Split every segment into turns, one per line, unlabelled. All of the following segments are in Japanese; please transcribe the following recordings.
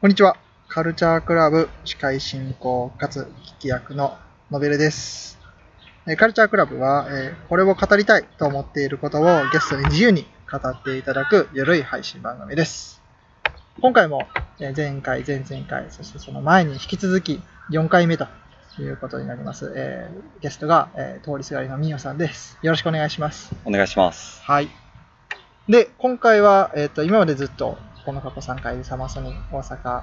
こんにちは。カルチャークラブ司会進行かつ聞き役のノベルです。えーカルチャークラブは、えーこれを語りたいと思っていることをゲストに自由に語っていただくゆるい配信番組です。今回も、えー前回、前々回、そしてその前に引き続き4回目ということになります。えーゲストが、えー通りすがりのみよさんです。よろしくお願いします。
お願いします。
はい。で、今回は、えっ、と、今までずっと、この過去3回でサマソニ大阪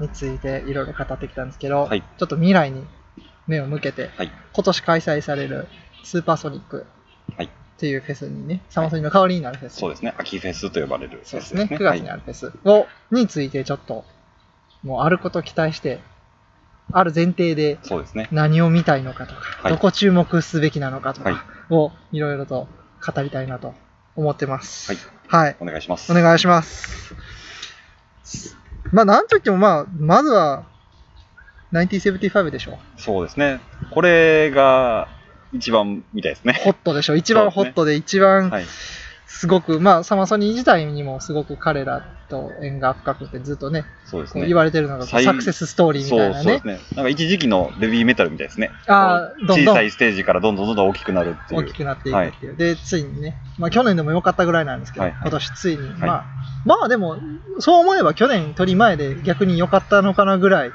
についていろいろ語ってきたんですけど、
はい
ちょっと未来に目を向けて、
はい。
今年開催されるスーパーソニック
はい
っていうフェスにね、サマソニの代わりになるフェス。
そうですね。秋フェスと呼ばれるフェス
そうですね。9
は
月
い
にあるフェスを、についてちょっと、もうあることを期待して、ある前提で
そうですね。
何を見たいのかとか、
い
どこ注目すべきなのかと
はい
かをいろいろと語りたいなと思ってます。
はい。
はい。
お願いします。
お願いします。まあ、なんといっても、まあ、まずは、1975でしょ。
そうですね。これが一番みたいですね。
ホットでしょ。一番ホットで、一番
はい。
すごく、まあ、サマソニー自体にもすごく彼らと縁が深くて、ずっとね、
そうです
こう
ね。
言われてるのがこう
最
サクセスストーリーみ
そ
たいうな
そうで
ね
す。ね。なんか一時期のベビーメタルみたいですね。
あー
こ
ど
う
んどん
小さいステージからどんどんどんどん大きくなるってい
大
う
き。くなっていくっていう、でついにね、まあ、去年でも良かったぐらいなんですけど、
はいはい
今年ついに、
い
まあ、まあでも、そう思えば去年、取り前で逆に良かったのかなぐらい、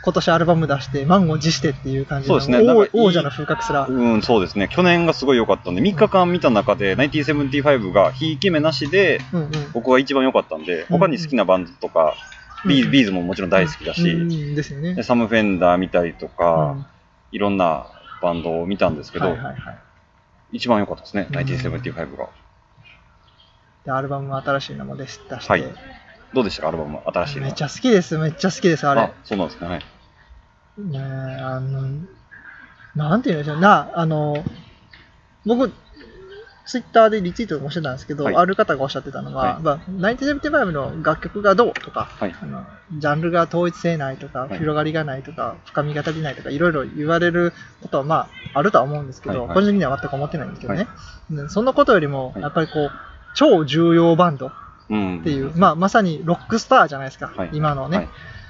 今年アルバム出して、満を持してっていう感じ
そう
の、
ですね
王
なんかいい
王者の風格すら、
うん、そうですね。去年がすごい良かったんで、3日間見た中で、1975がひいき目なしで、
うんうん、
僕が一番良かったんで、他に好きなバンドとか、ビーズ、ビーズももちろん大好きだ
う
し、
んですよね
で。サム・フェンダー見たりと
う
か、
ん
いろんなバンドを見たんですけど、
はいはいはい、
一番良かったですね、
うん
1975が。
でアルバムも新しいのも出し出して、
はいどうでしたか、アルバム、新しいの。
めっちゃ好きです、めっちゃ好きです、あれ。
そうなんですね、はい。
ねえあのなんて言うんでしょうなあの僕ツイッターでリツイートもしてたんですけど、
はい
ある方がおっしゃってたのが、
はい
まあ、1975の楽曲がどうとか、
はい
あのジャンルが統一性ないとか、
はい
広がりがないとか深みが足りないとかいろいろ言われることはまああるとは思うんですけど、
はいはい
個人的には全く思ってないんですけどね、
は
うんそんなことよりも
はい
やっぱりこう超重要バンドっ
うん。
ていう、まあ、まさにロックスターじゃないですか、
はい
今のね、
はい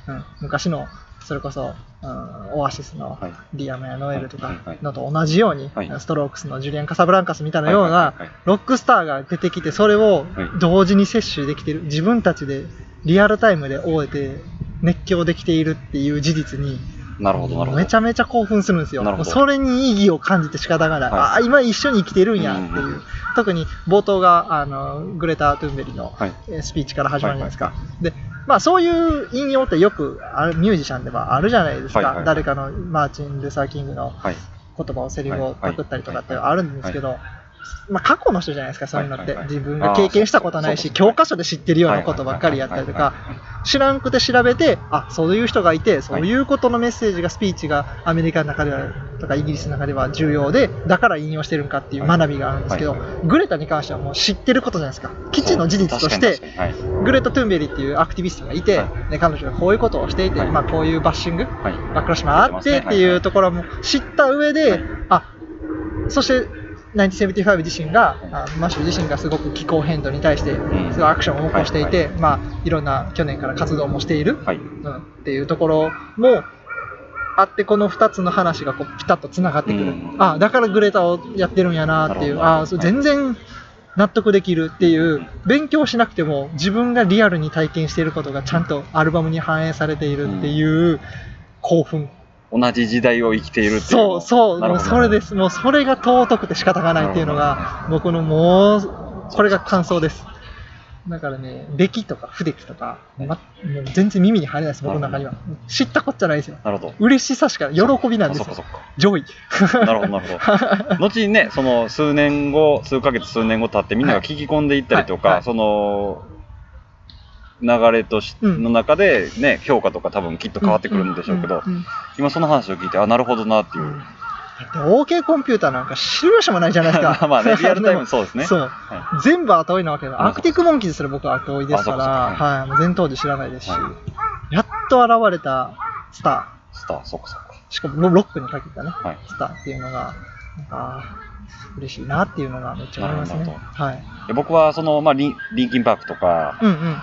うん、昔のそれこそ、うん、オアシスの
はい
リアムやノエルと
はい
か
はいはい
のと同じように、
はい
ストロークスのジュリアン・カサブランカスみたいなよう
は
ない
はいはい
ロックスターが出てきてそれを
はい
同時に摂取できてる自分たちでリアルタイムで終えて熱狂できているっていう事実に
なるほど、なるほど。
めちゃめちゃ興奮するんですよ
なるほど
それに意義を感じて仕方がない、
はい
ああ今一緒に生きてるんやっていう、
うんうんうん
特に冒頭があのグレタ・トゥーンベリの
はい。
えースピーチから始まるじゃないですか、でまあ、そういう引用ってよくあるミュージシャンではあるじゃないですか、
はいはいはい
誰かのマーチン・ルーサー・キングの
はい。
言葉をセリフをパクったりとかって
はいはい
あるんですけど、まあ、過去の人じゃないですかそういうのって、
はいはいはい
自分が経験したことないし
あーそうそう
教科書で知ってるようなことばっかりやったりとか
はいはいはいはい
知らんくて調べてあそういう人がいてそういうことのメッセージがスピーチがアメリカの中ではとかイギリスの中では重要でだから引用してるんかっていう学びがあるんですけど、
はいはい
グレタに関してはもう知ってることじゃないですか基地の事実とし
そう
て
確かに確かに
グレタ・トゥーンベリっていうアクティビストがいて、
は
で彼女がこういうことをしていて、
はい
まあ、こういうバッシング
はい。はい。
バックラッシュもあってっていうところも知った上で、
はい
あそして1975自身が、
い
あマッシュ自身がすごく気候変動に対してす
ん
ごいアクションを起こしていて、
はい
いまあ、いろんな去年から活動もしている、
はい。
うん、っていうところもあってこの2つの話がこうピタッとつながってくる、
うん
あだからグレタをやってるんやなってい
なる
う
ほど
あそう
はい
全然納得できるっていう、
うん
勉強しなくても自分がリアルに体験していることがちゃんとアルバムに反映されているっていう興奮、
同じ時代を生きているっていう。
そうそう
な
も
る
う
ほど
それですもうそれが尊くて仕方がないっていうのが僕のもうこれが感想ですだからね出来とか不出来とか、ま、もう全然耳に入れないです僕の中には知ったこっちゃないですよ
なるほど。
嬉しさしか喜びなんですよ
そっかそっか。
上位
なるほど、なる ほど。後にね、その数年後、数ヶ月、数年後経って、みんなが聞き込んでいったりとか、
はいはい
その、流れとし、
うん
の中で、ね、評価とか多分きっと変わってくるんでしょうけど、
んうんうん
今その話を聞いて、あ、なるほどなっていう。
だって OK コンピューターなんか知る由もないじゃないです
まあ
か
まあね、リアルタイムそうです ね。
そう、
は
全部後追いなわけで
あ
アクティックモンキーズすら僕は後追いですから、
あそっか
はい、もう全当時知らないですし、
は
やっと現れたスタ
スター、そっかそっか。
ーしかもロロックにかけたね、
はい。
スターっていうのがなんか嬉しいなっていうのがめっちゃ思います
な
ね
るほど
はい
で僕は、その、まあリン、リンキンパークとか、
うんうん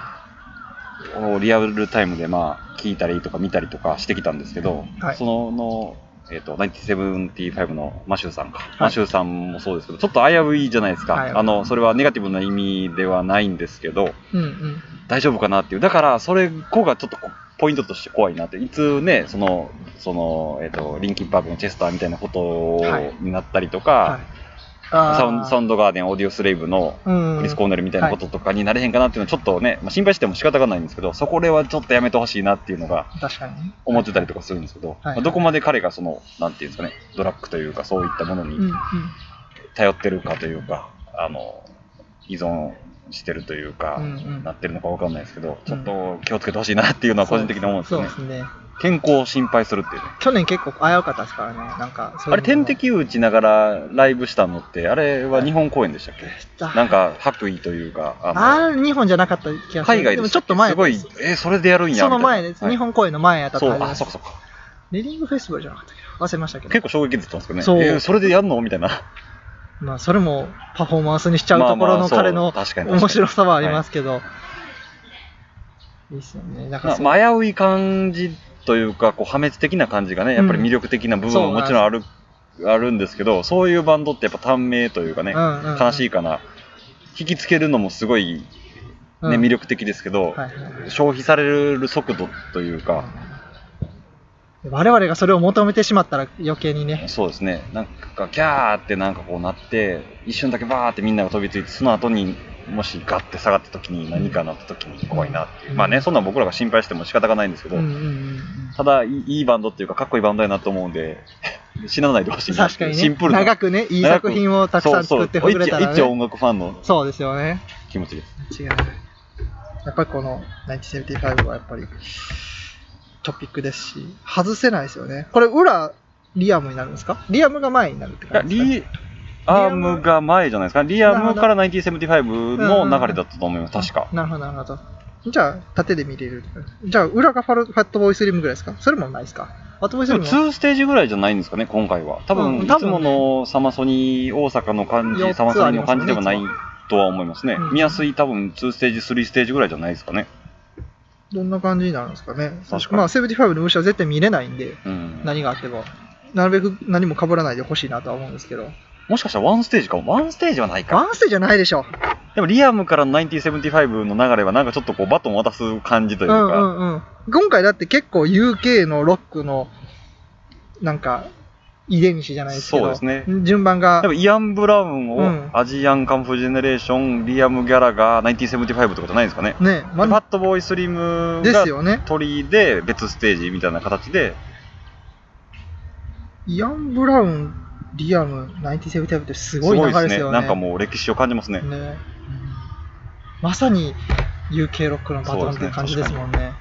をリアルタイムでまあ聞いたりとか見たりとかしてきたんですけど、
はい
そのの、えっと975のマシューさんか、マシューさんもそうですけどちょっと危ういじゃないですか、
はい
あのそれはネガティブな意味ではないんですけど
うんうん。
大丈夫かなっていうだからそれこがちょっとこポイントとして怖いなっていつねそのその、えっとリンキンパークのチェスターみたいなこと
はい
になったりとか、
はい。あー
サウンサウンドガーデンオーディオスレイブの
うん
クリス・コーネルみたいなこととかになれへんかなっていうのはちょっとね、まあ、心配しても仕方がないんですけどそこではちょっとやめてほしいなっていうのが
確かにね。
思ってたりとかするんですけど、
はい
まあどこまで彼がそのなんていうんですかねドラッグというかそういったもの
うんうん
に。頼ってるかというか、あの依存してるというか、
うんうん
なってるのかわかんないですけどちょっと気をつけてほしいなっていうのは個人的に思うんですよね
そうですね。
健康を心配するっていうね
去年結構危うかったですからね。なんか、そう
あ
いう
れ
のも
点滴打ちながらライブしたのってあれは日本公演でしたっけ、なんか白衣というかあの
あれ、日本じゃなかった気がする。
海外で
もち
す
ょっと前
すごい、えーそれでやるんや。
その前です。
みたいな
日本公演の前やった
は
は
いそう、
ずで
あ、
す
そっかそっか。
レディングフェスティバルじゃなかったっけな忘れましたけど。
結構衝撃だったんですけどね。
そう
えーそれでやんのみたいな。
まあ、それもパフォーマンスにしちゃうところの彼の面白さはありますけど。いいっすよね。だから
ま
そう、
あ、危うい感じというか、こう破滅的な感じがね、やっぱり魅力的な部分
う
も
ん
もちろんある、あるんですけど、そういうバンドってやっぱ短命というかね、
うんうんうん
悲しいかな。引きつけるのもすごい、ね、
うん
魅力的ですけど、
はいはいはい
消費される速度というか、
我々がそれを求めてしまったら余計にね。
そうですね、なんかギャーってなんかこうなって、一瞬だけバーってみんなが飛びついて、その後にもしガッて下がった時に何かなった時に怖いなっていう、
うん
まあね、そんなん僕らが心配しても仕方がないんですけ
う
ど、
んうんうん
ただいい、いいバンドっていうか、かっこいいバンドやなと思うんで、 死なないでほし
う
い
ん。
な
確かに
シン
ね
プ。ルな
長くね、いい作品をたくさん作って
そ
ほ
うそ
ぐれ
う一
たら、
一応
ね。
音楽ファンの
そうですよね。
気持ちです。
違う。やっぱりこの1975はやっぱりトピックですし、外せないですよね。これ裏、リアムになるんですかリアムが前になるって
いや
感じですか、
リアムが前じゃないですか、リアムから1975の流れだったと思います、確か。
なるほど、なるほど。じゃあ、縦で見れる。じゃあ、裏がファルファットボーイスリムぐらいですかそれもないですかファットボーイス
で
リ
も
ム
2ステージぐらいじゃないんですかね、今回は。多分、
うん
い
多
つ
分ね
ものサマソニ大阪の感
四
じ、
つ
サマソニの感じではな
あ
い
りま
とは思いますね。
うん
見やすい、多分2ステージ、3ステージぐらいじゃないですかね。
どんな感じになるんですかね
確かに
まあ、75の虫は絶対見れないんで、
うん、
何があっても。なるべく何も被らないでほしいなとは思うんですけど。
もしかしたら1ステージかも。1ステージはないか。
ワンステじゃないでしょ。
でも、リアムからの1975の流れは、なんかちょっとこう、バトンを渡す感じという
う
か、
んうんうん。今回だって結構 UK のロックの、なんか、遺伝子じゃないですけど、
そうですね
順番が
でも、イアン・ブラウンを、
うん
アジアン・カンフジェネレーション、リアム・ギャラが1975とかじゃないですかね。
ね、
ファ
ま
ッ、トボーイ・スリム
で
が
すよね。
鳥で別ステージみたいな形で、
イアン・ブラウン、リアム、97タイプってす
す
ごい
ご
流
いで
れで
す
す
ね。
よね。
なんかもう歴史を感じますね。、
ねうんまさに UK ロックのパターンっていう感じですもんね。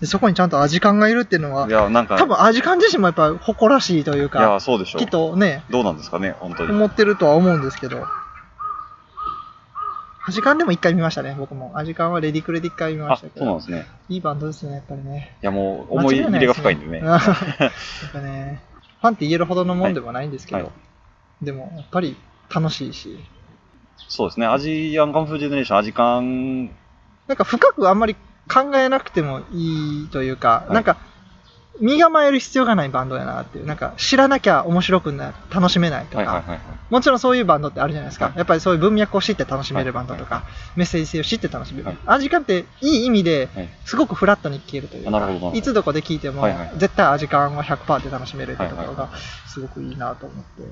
でそこにちゃんとアジカンがいるっていうのはい
や、なんか、
多分アジカン自身もやっぱ誇らしいという
いや、
か、
そうでしょ
きっ
う。
とね、
どうなんですかね、本当に。
思ってるとは思うんですけど。アジカンでも一回見ましたね、僕も。アジカンはレディクレディ一回見ま
あ、
し
そ
たけ
うなん
ど
で。すね。
いいバンドですね、やっぱりね。
いや、もう思い入れが深いんでね。
間違ないですね やっぱね、ファンって言えるほどのもんでもないんですけど、
はいは
でもやっぱり楽しいし、
そうですね。アジアンカンフージェネレーション、アジカン、
なんか深くあんまり考えなくてもいいというか、
はい
なんか身構える必要がないバンドやなっていう、なんか知らなきゃ面白くない、楽しめないとか、
はいはいはいはい。
もちろんそういうバンドってあるじゃないですか
は、い
やっぱりそういう文脈を知って楽しめるバンドとか、メッセージ性を知って楽しめる、
はい
アジカンっていい意味で
はい、
すごくフラットに聴けるというか、
なるほどなるほど
いつどこで聴いても
はいはい、
絶対アジカンは100%で楽しめるってとこ
は
ろ
いは
が、すごくいいなと思って、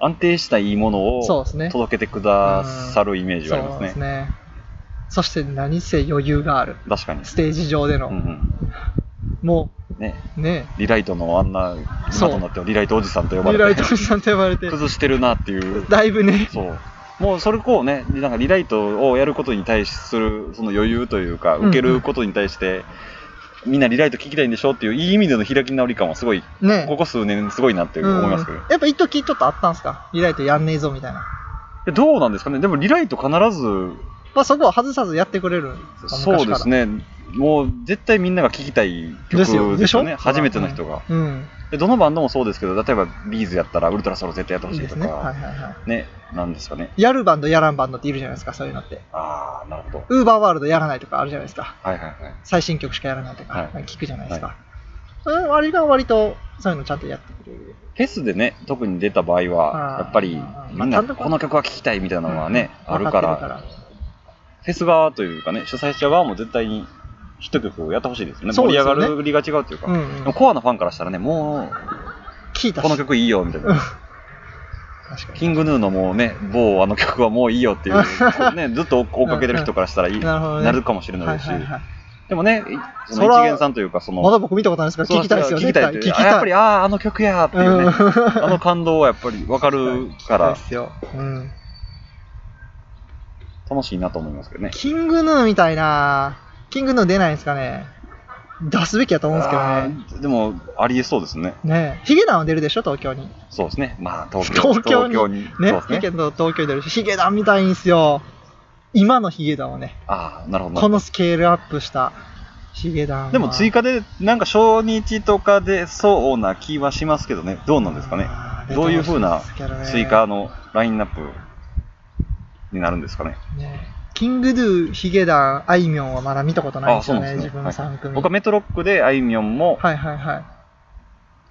安定したいいもの
そう
を
ですね。
届けてくださるイメージがあり
そう
ま
です
すね。
ね。そして何せ余裕がある。
確かに。
ステージ上での、
うん
も
うん。ね。
うね、
リライトのあんな、
そ
今
う
となってはリライトおじさんと呼ば
リラ
れ
イ
て
ト、おじさんと呼ばれて、
崩してるなっていう。
だいぶね、
そう。もうそれこうね、なんかリライトをやることに対するその余裕というか、
うん
受けることに対して、みんなリライト聞きたいんでしょっていう、いい意味での開き直り感はすごい、
ね、
ここ数年すごいなって思いますけど。
うんやっぱ一時ちょっとあったんですかリライトやんねえぞみたいな。
でどうなんですかね、でもリライト必ず、
まあそこは外さずやってくれるんですか
そうです。ね、もう絶対みんなが聴きたい曲
で
ですす
よ
よね
でしょ
初めての人が、
うん。
でどのバンドもそうですけど例えばビーズやったらウルトラソウル絶対やってほ
いい
しい
で
と
す
か
ね。はいはいは
ねなんですかね
い。やるバンド、やらんバンドっているじゃないですか、そういうのって。
ああなるほど
ウーバーワールドやらないとかあるじゃないですか。
はいはいはい
最新曲しかやらないとか、
はい
聞くじゃないですか。うんあれが割とそういうのちゃんとやってくれる。
フェスでね特に出た場合
あ
は
ー
やっぱり
あー
みん
まあ
な
単独
この曲は聴きたいみたいなのはね、ある
分
か
って
らフェス側というかね主催者側も絶対に一曲やってほしいですよね
そう
盛
で
り
すよ
上
ね
がる売りが違うというか、
うんうん
でもコアなファンからしたらねも
聞いうたし。
この曲いいよみたい
うん
な
確かに。
キングヌーのもうね某あの曲はもういいよっ ていうねずっと追っかけてる人からしたらいい
なるほどね
なるかもしれないですし、
はいはいはい、
でもねその
そら
一元さんというかその
まだ僕見たことないですから、聞きたいですよね。
聞きたいという
絶
あ
対
やっぱりあああの曲やーっていうね、あの感動はやっぱり分かるか
そう
ら
ですよ。うん。
楽しいなと思いますけどね。
キングヌーみたいな、キングヌー出ないんですかね。出すべきやと思うんですけどね。
あーでも、ありえそうですね。
ねえヒゲダンは出るでしょ、東京に。
そうですね。まあ、東京
東京に。
そう
ね
で。す
ヒ
ね。
ゲダン東京に出るし、ヒゲダンみたいんですよ。今のヒゲダンをね、
ああ、なるほど。
このスケールアップしたヒゲダンは。
でも追加で、なんか初日とかでそうな気はしますけどね。どうなんですかね。
あー
どういう風な
出てほしいですけどね
追加のラインナップになるんですかね。
ねキングドゥ、ヒゲダン、あいみょんはまだ見たことないんで
ああ、
す
そう
よ
なん
ね、
です
自
ね。
分
は
の
い
3組。
僕はメトロックであいみょんも、
はいはいはい。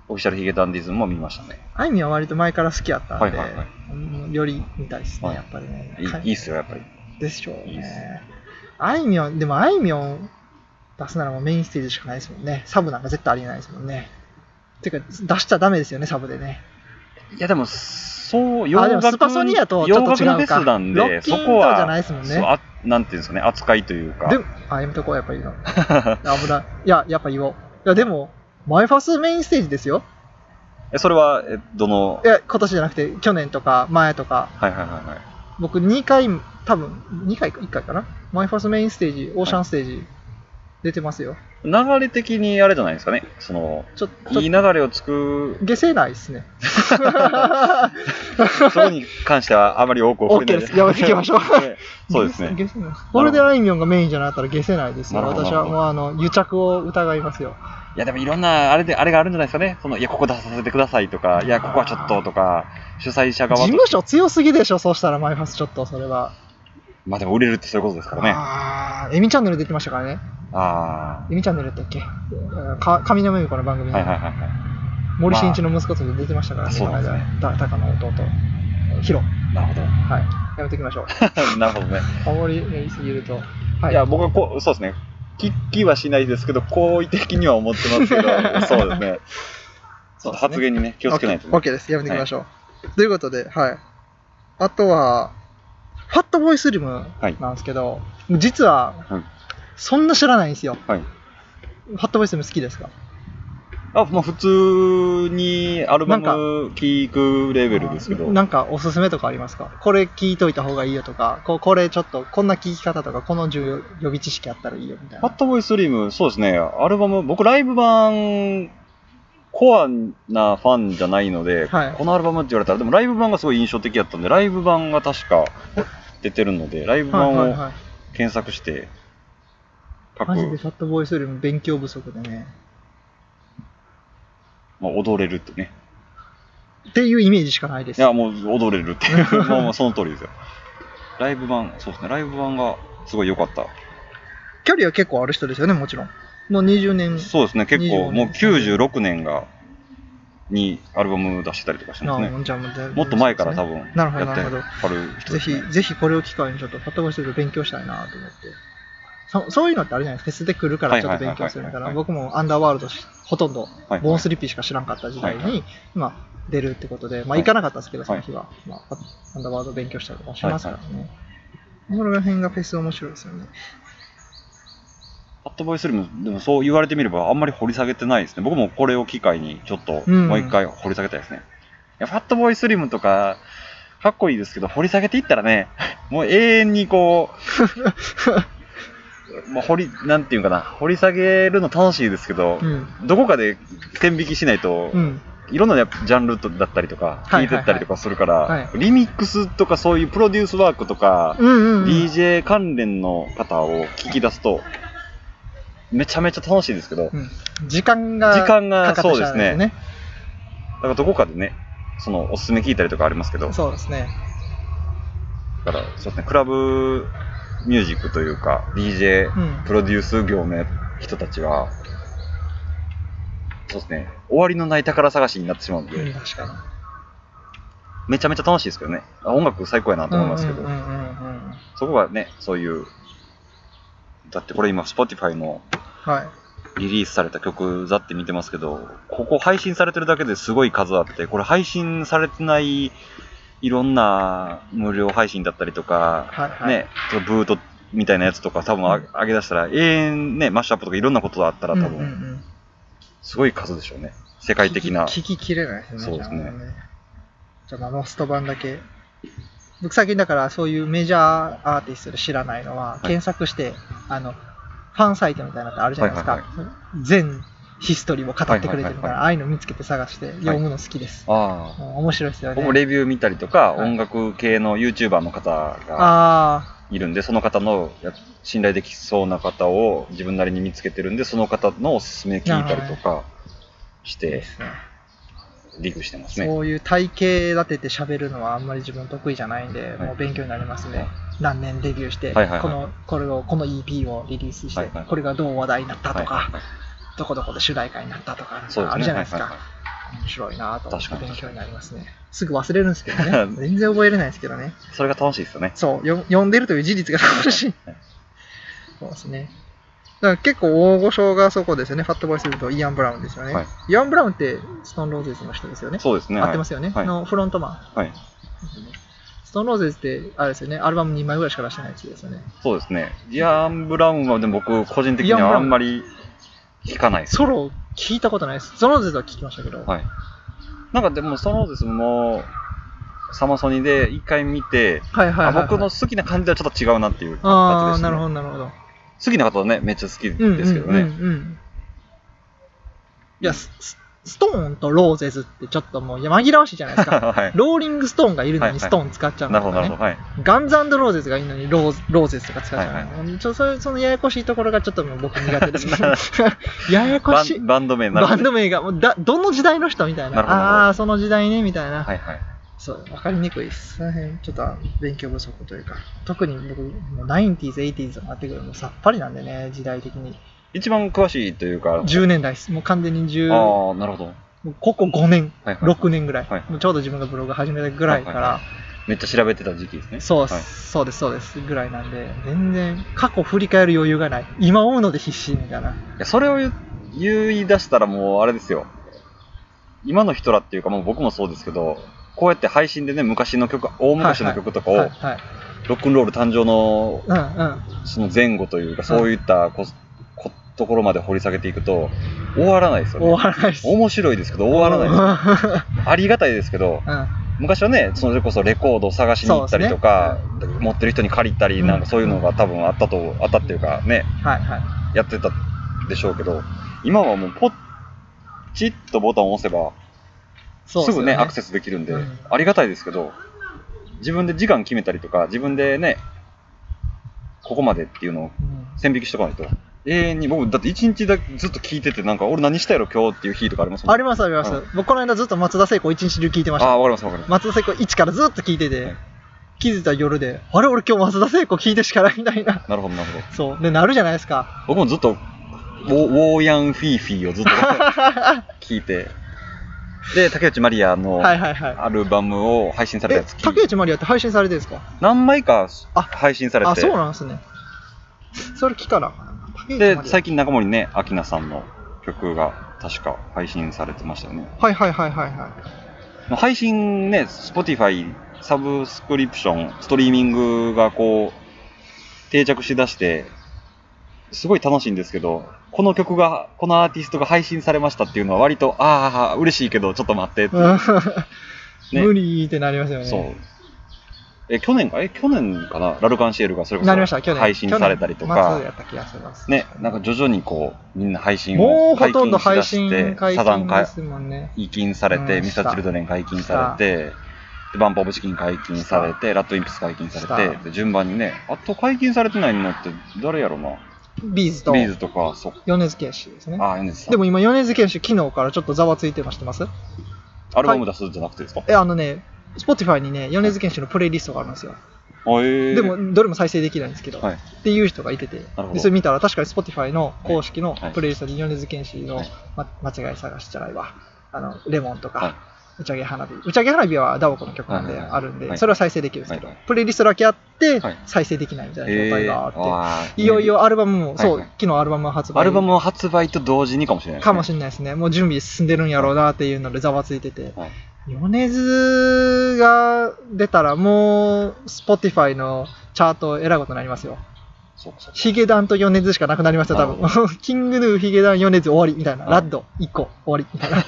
オフィシャルヒゲダンディズムも見ましたね。
あいみょんは割と前から好きやったんで、
はいはいはい
うんより見たいですね、
はい
やっぱりね。
いい
はい
いいっすよ、やっぱり。
でしょう
いいっす
ね。あいみょん、でもあいみょん出すならもうメインステージしかないですもんね。サブなんか絶対ありえないですもんね。てか、出しちゃダメですよね、サブでね。
いやでも、そう、
あでもスパソニアとちょっ
洋
と違うか
楽のフェスなん
ロッ
で、
キン
そ
と
こは、
じゃないですもんね
そうあなんていうんですかね、扱いというか。
でも、あ、やめとこう、やっぱ言うの。危ない。いや、やっぱ言おう。いや、でも、マイファスメインステージですよ。
えそれは、えどの
い、や、今年じゃなくて、去年とか前とか、
はいはいはいはい。
僕2回、多分2回か1回かな。マイファスメインステージ、オーシャンステージ、出てますよ。
流れ的にあれじゃないですかね、その、
ちょっと
いい、流れを作る、
下せないです ね。
そこに関してはあまり多く
オ
触
ッケ
れ
ー
な
で
い
す。やめていきましょう。
そうです ね。
下せないこれであいみょんがメインじゃなかったら下せないですよ。
なるほど
私はもうあの、癒着を疑いますよ。
いやでもいろんな、あれで、あれがあるんじゃないですかね。その、いや、ここ出させてくださいとか、いや、ここはちょっととか、主催者側
事
と
務所強すぎでしょ、そうしたらマイファスちょっと、それは。
まあでも売れるってそういうことですからね。あ
あーエミチャンネルで言ってましたからね。
あ
エミチャンネルだったっけか上沼恵美子の番組
ー。
に、
はいはいはいはい。
森進一の息子と出てましたからね、
まあ
この間
そうなん
た高の弟、ヒロ。
なる
はい。やめておき ましょう。
ほど。 なるほどね。
あまり言いすぎると。はい
いや、僕はこう、そうですね。聞きはしないですけど、好意的には思ってま すけど、そうですね。ちょっと発言にね、気をつけないと、ね。
OK です。やめていきましょう。ということで、はい。あとは、ファットボーイスリム
はい
なんですけど、実は
はい、
そんな知らないんですよ。
はい。
ファットボーイスリム好きですか
あ、まあ普通にアルバム聴くレベルですけど、
なんかおすすめとかありますかこれ聞いといた方がいいよとか、ここれちょっと、こんな聞き方とか、この重予備知識あったらいいよみたい
ファ
な。
ットボーイスリム、そうですね、アルバム、僕ライブ版、コアなファンじゃないので、
はい
このアルバムって言われたら、でもライブ版がすごい印象的だったんで、ライブ版が確か出てるので、ライブ
はいはい
版を
はい。
検索して、各、
マジでファットボーイスリム勉強不足でね。
まあ、踊れるってね。
っていうイメージしかないで
い
す。
や、もう踊れるって いう、まあまあその通りですよ。ライブ版、そうですね、ライブ版がすごい良かった。
距離は結構ある人ですよね、もちろん。もう20年。
そうですね、結
25
構、
年
もう96年が、にアルバム出してたりとかしてますね。
あじゃあもうだいぶ
もっと前から多分、
なるほど
やっ
なる
て
ほど
はる人
ぜ
です
ひ
ね、
ぜひこれを機会にちょっとファットボーイスリム勉強したいなと思って。そそういうのってあれじゃないですか、フェスで来るからちょっと勉強するみたいな、
はいはいはいはいはい
僕もアンダーワールドしほとんど、
はい
ボーンスリッピーしか知らんかった時代に、
はいは
まあ、出るってことで、まあ、
はい
行かなかったですけど、その日は、まあ、アンダーワールド勉強したりとかしますからね。この辺がフェス面白いですよね。
ファットボーイスリム、でもそう言われてみれば、あんまり掘り下げてないですね。僕もこれを機会に、ちょっと、
うん
もう一回掘り下げたいですね。いやファットボーイスリムとか、かっこいいですけど、掘り下げていったらね、 もう永遠にこう、ま あ、掘り、なんていうかな、掘り下げるの楽しいですけど、
うん。
どこかで線引きしないと、
うん。
いろんなやっぱジャンルとだったりとか、
はいはいはい
聞いてったりとかするから、
は
リミックスとかそういうプロデュースワークとか、
うんうんうん。
DJ 関連の方を聞き出すと、めちゃめちゃ楽しいですけど、
うん時間が
時間が
かかってしまうんですよね。
だからどこかでね、そのおすすめ聞いたりとかありますけど、だ
そうですね。
からそうですね、クラブミュージックというか、DJ、
うん
プロデュース業の人たちは、そうですね、終わりのない宝探しになってしまうんで、
うん確かに。
めちゃめちゃ楽しいですけどね、あ音楽最高やなと思いますけど、
うんうんうんうんうん
そこがね、そういう、だってこれ今、Spotify の
はい。
リリースされた曲ざって見てますけど、ここ配信されてるだけですごい数あって、これ配信されてないいろんな無料配信だったりとか、
はいはい。
ね、ブートみたいなやつとか多分あ上げ出したら永遠ね、マッシュアップとかいろんなことがあったら多
うんうん
分
うん
すごい数でしょうね。世界的な。
聞き聞ききれないですね。
そうですね
じゃあね。じゃあまあモスト版だけ。僕最近だからそういうメジャーアーティストで知らないのは、
い
検索して、あの、ファンサイトみたいなのってあるじゃないですか。
はいは
全ヒストリーも語ってくれてる
はいは
か
いはいはい
ら、ああいうの見つけて探して読むの好きです。
ああ。
うん面白いですよ
僕も
ね。
レビュー見たりとか、
はい
音楽系の YouTuber の方が
あ
いるんで、その方のや信頼できそうな方を自分なりに見つけてるんで、その方のおすすめ聞いたりとかし
あ、いいで
て、
すね。
リークしてますね。
そういう体系立てて喋るのはあんまり自分得意じゃないんで、もう勉強になりますね。何年デビューして、
はいはいはい
このこれをこの EP をリリースして、
はいはい
これがどう話題になったとか、
はいはいはい
どこどこで主題歌になったとか、
そうですね。
あるじゃないですか。
はは
面白いなと思って
確かに
勉強になりますね。すぐ忘れるんですけどね。 全然覚えれないですけどね。
いそれが楽しいですよね。
そう、よ読んでるという事実が楽しい
はい。
そうですね。だから結構大御所がそこですよね。ファットボーイするとイアン・ブラウンですよね。
はい
イアン・ブラウンってストーン・ローゼズの人ですよね。
そうですね。
合ってますよね。
はい。はい
のフロントマン。
はい。
ストーンローゼズって、あれですよね、アルバム2枚ぐらいしか出してないやつですよね。
そうですね。イアン・ブラウンはでも僕、個人的に
イアンブ
は
ラ
あ
ウン
んまり聞かないです。
ソロ聞いたことないです。ストーンローゼズは聞きましたけど、
はい。なんかでも、そのですも、サマソニで一回見て、
はいはいはい、はい。
あ僕の好きな感じとはちょっと違うなっていう
あ
形で
あ、
すね。
なるほど、なるほど。
好きな方はね、めっちゃ好き
うんうん
ですけどね。
うんうんいや、ススストーンとローゼズってちょっともう紛らわしいじゃないですか。
はい。
ローリングストーンがいるの
はいは
に
い
ストーン使っちゃうん
な
だ
るほ
と
ど、な
か
る
ね
ほど。はい。
ガンズローゼズがいるのにローローゼズとか使っちゃう、
はいは
ちょそれそのややこしいところがちょっともう僕苦手 です。 ややこ
バ
しい
ン。バンド名になる
バンド名がもうだどの時代の人みたいな
なるほど
ああーその時代ねみたいな、
はいはい。
そう分かりにくいですその辺ちょっと勉強不足というか特に僕もう 90s80s とかなってくるのもうさっぱりなんでね時代的に
一番詳しいというか、
10年代ですもう完全に10も
ああ、なるほど。
うここ5年
はいはい。
6年ぐらい、
はい
もうちょうど自分がブログ始めたぐらいから、
はいはいはめっちゃ調べてた時期ですね。
そうです、
はい
そうですそうですぐらいなんで全然過去振り返る余裕がない今思うので必死みたいない
やそれを言う言い出したらもうあれですよ今の人らっていうかもう僕もそうですけどこうやって配信でね昔の曲大昔の曲とかを
はいはい
ロックンロール誕生の
うんうん
その前後というかそういったここところまで掘り下げていくと終わらないですよ
終
ね
わらないです
面白いですけど終わらないで
ない
すありがたいですけ ど
うん
昔はねそれこそレコードを探しに行ったりとか、持ってる人に借りたりなんかそういうのが多分あったとあったっていうかね
はいはい
やってたでしょうけど、今はもうポチッとボタンを押せば、
そう
す
ですよ
ぐね、アクセスできるんで、
うん
ありがたいですけど、自分で時間決めたりとか、自分でね、ここまでっていうのを
うん
線引きしとかないと、永遠に、僕、だって一日だけずっと聞いてて、なんか、俺何したやろ、今日っていう日とかありますもん
ありますあります、
うん
僕この間ずっと松田聖子一日中聞いてまし
あ
た
あ、わかります、わかります。
松田聖子1からずっと聞いてて、
はい
気づいたら夜であれ俺今日松田聖子聞いてしかないんだいな
なるほど、なるほど。
そうでなるじゃないです か
僕もずっと、ウォウォーヤン・フィーフィーをずっと 聞いて、で、竹内まりやの
はいはいはい
アルバムを配信された
え
やつ聞いて
竹内まりやって配信されてるんですか
何枚か
あ
配信され
あ
て
そうなんですねそれ聞かなあかんな竹内
で
まりや
最近中森ね明菜さんの曲が確か配信されてましたよね
はいはいはいはいはい
まあ配信ね Spotify サブスクリプションストリーミングがこう定着しだしてすごい楽しいんですけどこの曲がこのアーティストが配信されましたっていうのは割とああ嬉しいけどちょっと待ってっていう、
うん
ね
無理ってなりますよね
そうえ去年かえ去年かなラルカンシエルがそれこ
なりました
そ
去年
配信されたりと
去
か
年末やった気がします
ね、なんか徐々にこう、みんな配信
も
を
うほ
解
とん
禁
ど
しだ
配
し
信
て、
解
サザン
禁で
解
すもんね
禁されて、
うん
ミサチルドレン解禁されて、でバンプオブチキン解禁されて、ラッドインプス解禁さ
し
れて、で順番にね、あと解禁されてないのって誰やろな。
ビーズと
ビーズとか、そっか。
米津玄師ですね。
あ、米津さん。
でも今、米津玄師、昨日からちょっとざわついてましてます
アルバム出すんじゃなくてですか、
え、あのね、Spotify にね、米津玄師のプレイリストがあるんですよ。
あえー、
で、も、どれも再生できないんですけど、
はい。
っていう人がいてて
ほど、
でそれ見たら、確かに Spotify の公式の
はい
プレイリストで米津玄師の、
はい
ま間違い探しじゃないわ、あのレモンとか、
はい
打ち上げ花火、打ち上げ花火はダボコの曲なんで
はいはいはい
あるんで、
はい
それは再生できるんですけど、
はいはい
プレイリストだけあって
はい、
再生できないみたいな状態
え
があって。
ー、
いよいよアルバムも、そう、
はいはい
昨日アルバム発売
アルバム発売と同時にかもしれないです、ね。
かもしれないですね、もう準備進んでるんやろうなっていうので、ざわついてて、
はい
米津が出たら、もう、Spotify のチャート、えらいことになりますよ、
そうかそうか
ヒゲダンと米津しかなくなりますよ、多
なる
分 キングヌー、ヒゲダン、米津終わりみたいな、
はい
ラッ ド1個終わりみたいな、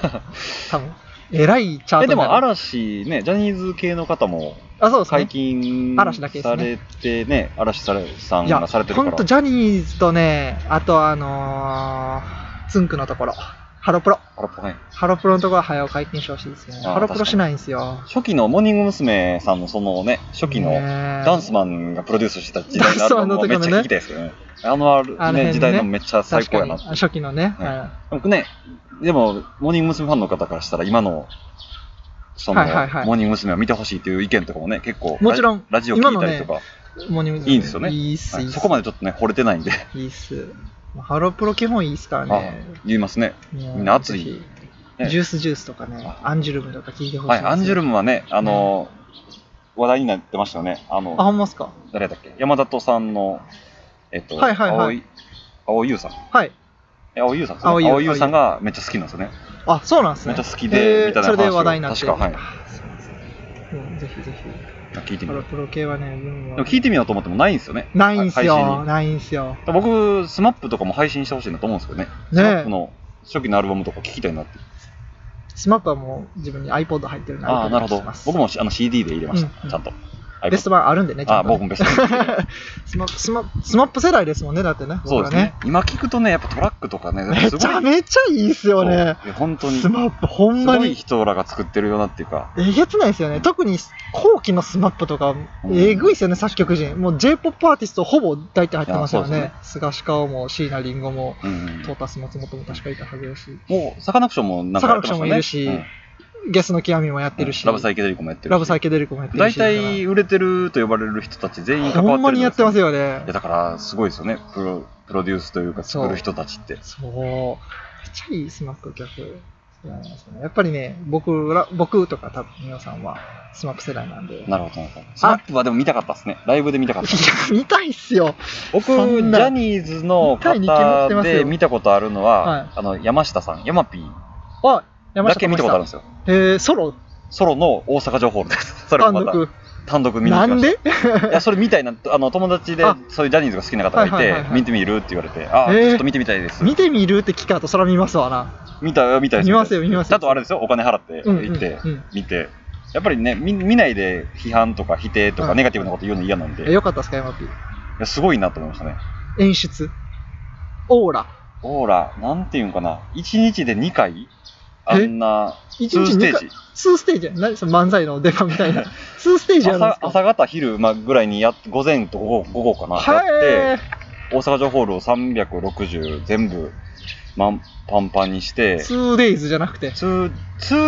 多分えらいチャート
えで
になる
も嵐ね、ジャニーズ系の方も
あ、そうです
解
ね。
禁
嵐だけです
さ
ね
れてね、嵐されさん
いや、
がされてる
ほ
か
ん
ら
と、ジャニーズとね、あと、あのー、ツンクのところ、ハロプロ。
あらぽはい
ハロプロのところは早く解禁してほしいですね。
あー
ハロプロしないんですよ。
初期のモーニング娘。さんのそのね、初期のダンス
も
マンがプロデュースしてた時代のアルバムもめっちゃ聞きたいですけどね。あのある
あの辺ね
ね、時代のめっちゃ最高やなって。
初期のね、
はい
は
僕ね、でも、モーニング娘。ファンの方からしたら、今の、その、
はいはいはい
モーニング娘。を見てほしいという意見とかもね、結構、
もちろん
ラジラジオ聞いたりとか、
い、モーニング
いいんですよね
いいっす、
はい
い
い
っす。
そこまでちょっとね、惚れてないんで、
で。いいっす。ハロプロ基本いいっすからね。
言いますね。
み
みんな熱いね
ジュースジュースとかね、
あ
アンジュルムとか聞いてほしい
はい、アンジュル
ム。
ムはね、あの、話題になってましたよね。あの、
あ、ほんまっすか
誰だっけ山里さんの、えっと、
はいはいはい
青青井優さん。
はい。
え青井優さんです
青
ね。青
井
井
優
優さんがめっちゃ好きなんですよね。
あ、そうなんです
め
ね
っちゃ。好きで、
えー
みたいな話を
それで話題になって
確か、はい。
あそうなんですねうんぜひぜひ。
聞いてみ
ハロ
よう。
プロ系はね、うん
でも聞いてみようと思ってもないんですよね。
ないんす
配信
よ、
に
ないんすよ。
僕、スマップとかも配信してほしいなと思うんですけどね。スマップの初期のアルバムとか聞きたいなって。
スマップはもう自分に iPod 入ってるんで
ああ、
iPod
なるほ
にし
ど
ます。
僕もあの CD で入れま
う
し
んうん
た。ちゃんと。
ベスト版あるんでね、ちゃん
あ
とね
僕もベスト
スマスマスマップ世代ですもんね、だってね。
そうですね
僕。
今聞くとね、やっぱトラックとかね、
らねめ
す
ち
ご
ゃ
い。
めちゃいいっすよね。
そういや本当に。
スマップ、ほんます
ごい
に。
人らが作ってるよなっていうか、
えげつないですよね。特に後期のスマップとか、えぐいっすよね、作曲陣。もう J-POP アーティストほぼ大体入ってますよ
いやそうで
ね。菅氏顔も椎名林檎も、
うんうん
トータス松本も確かいたはずだし、
もうサカナクションもなんかやってまし
サカ
たよね。
ナクションもいるし
うん
ゲスの極みもやってるし、
ラブサイケデリコもやってるし
ラブサイケデリコもやってる
大
し。
体売れてると呼ばれる人たち全員関
ほ
わってる
んまにやってます
よ
よね
いや。だからすごいですよねプロプロデュースというか
そう
作る人たちって
そう。めっちゃいいスマップ曲。そうなんですよねやっぱりね、僕ら、僕とか多分皆さんはスマップ世代なんで。いや、
なるほどなるほどスマップはでも見たかったですねライブで見たかった
見たいっすよ。
僕ジ
そんな
ャニーズの
見たいに決まって
方
ますよ
で見たことあるのは、
はい
あの山下さん山ピー
あ、山
だ
下
け見たことあるんですよ
えー、ソロ
ソロの大阪城ホールですそれ も
単
また
独。
単独見に
な
行きま
ん
した
で
いやそれ見たいなあの友達で
あ
そういうジャニーズが好きな方がいて、
はいはいはいはい
見てみるって言われてあ、
えー
ちょっと見てみたいです
見てみるって聞かんと、そら見ますわな。
見たよ見たよ
見ますよ見ますよ
だとあれですよお金払って
うんうん
行って
うん
見て、やっぱりね見見ないで批判とか否定と
は
か
い
ネガティブなこと言うの嫌なんで、
え
い
よかったっすか、山 P。
やすごいなと思いましたね
演出。オーラ。
オーラなんていうんかな1日で2回あんな
一
2
日
ス
二
テー
回
ジ。
2ステージやん何その漫才の出番みたい な。2ステージやるんで
朝
すか
朝方昼、まあ、ぐらいにやっ午前と午後午後かな、
は
やって大阪城ホールを360全部、まん、パンパンにし
い。
て
2days じゃなくて。
2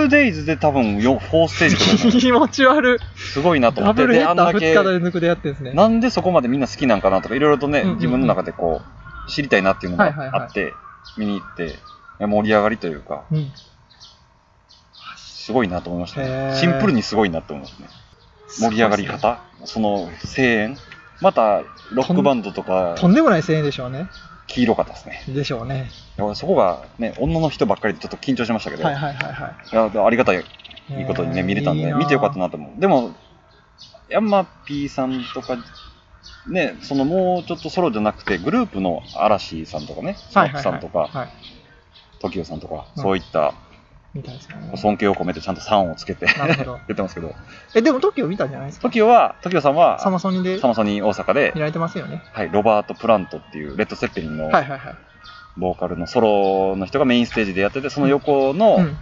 2days で多分4 4ステージとかじゃない
気持ち悪い。
すごいなと
ダ
思って
ブルヘ
であ
ッ
ん
ダ
だ
ー
け
2日連続でやってるんですね。
なんでそこまでみんな好きなんかなとかいろいろとね、
うんうんうん
自分の中でこう知りたいなっていうのがあって、
はいはいはい
見に行っていや盛り上がりというか
うん。
すごいなと思いました
へー
ねシンプルにすごいなと思いますね盛り上がり方、その声援またロックバンドとか
とんでもない声援でしょうね。
黄色かったですね
でしょうね。
いやそこがね女の人ばっかりでちょっと緊張しましたけど、
はい
い
はいはいは
やありがたい
い。
いいことにね、見れたんで、
いい
見てよかった
な。
なと思う。でも、ヤンマピーさんとか、ね、そのもうちょっとソロじゃなくて、グループの嵐さんとかね、スマ
はい
ップ
はい
さ
は
ん
い。
とか、
はい。
TOKIO さんとか、
うん
そういった
見たいですよね。
尊敬を込めてちゃんと3をつけて
なるほ ど。
言ってますけど、
え、でも TOKIO 見たんじゃないですか
TOKIO は、TOKIO さんは、
サマソニで
サマソニー大阪で
見、られてますよね。
はい、ロバート・プラントっていう、レッド・セッペリンの
はいはいはい。
ボーカルのソロの人がメインステージでやってて、その横の、
うん。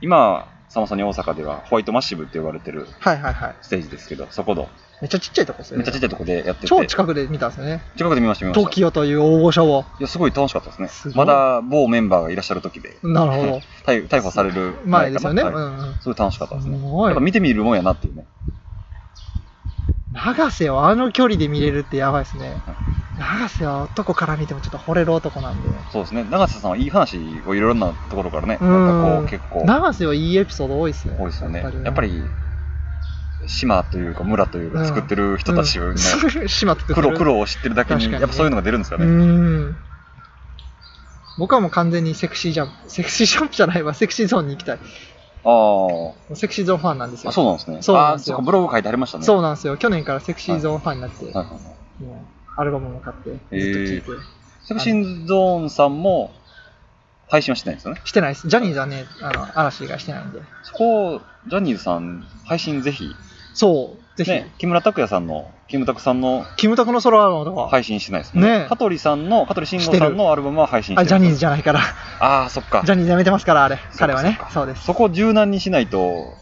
今、サマソニー大阪ではホワイト・マッシブって呼ばれてる
はいはいはい。
ステージですけど、そこの
めっちゃちっちゃいとこですよ
めっ
ね
ちゃちっちゃいとこでやってて。
超近くで見たんですよね
近くで見ました、見ました。
TOKIO という大御所を
いや、すごい楽しかったですね。
すごい
まだ某メンバーがいらっしゃる時で、
なるほど
逮逮捕される
前ですよね、
か
う
なはい
んうん
すごい楽しかったですね。
すごい
やっぱ見てみるもんやなっていうね。
長瀬をあの距離で見れるってやばいですね長瀬は男から見てもちょっと惚れる男なんで
そうですね。長瀬さんはいい話をいろんなところからね、
う
なん
ん
かこう結構
長瀬はいいエピソード多いですね
多いですよね。やっぱり島というか村という
う
か
ん
作ってる人たちの
うん、島作ってる
苦労苦労を知ってるだけに、
確か
や
にね
っぱそういうのが出るんですか
う
ね。
ん僕はもう完全にセクシージャンプセクシージャンプじゃないわセクシーゾーンに行きたい
あー
セクシーゾーンファンなんですよ
あ、そうなんですね。
そうなんですよ
あーそっかブログ書いてありましたね。
そうなんですよ去年からセクシーゾーンファンになって、
はいはいはい
もうアルバムも買ってずっと聴いて、
セクシーゾーンさんも配信はしてないんですよね。
してないですジャニーズはねあの嵐がしてないんで
そこをジャニーズさん、配信ぜひ、
そうぜひ、
ね、木村拓哉さんの、木村拓さんの
キムタクのソロアルバムとか、
配信してないですもんね。
ね
香取さんの、香取慎吾さんのアルバムは配信して
あジャニーズ
じ
じゃないから
ゃああー、そっか
ジ。ャニーズやめてますからあれ
っか
彼はね
そっか
そうです
そこを柔軟にしないと、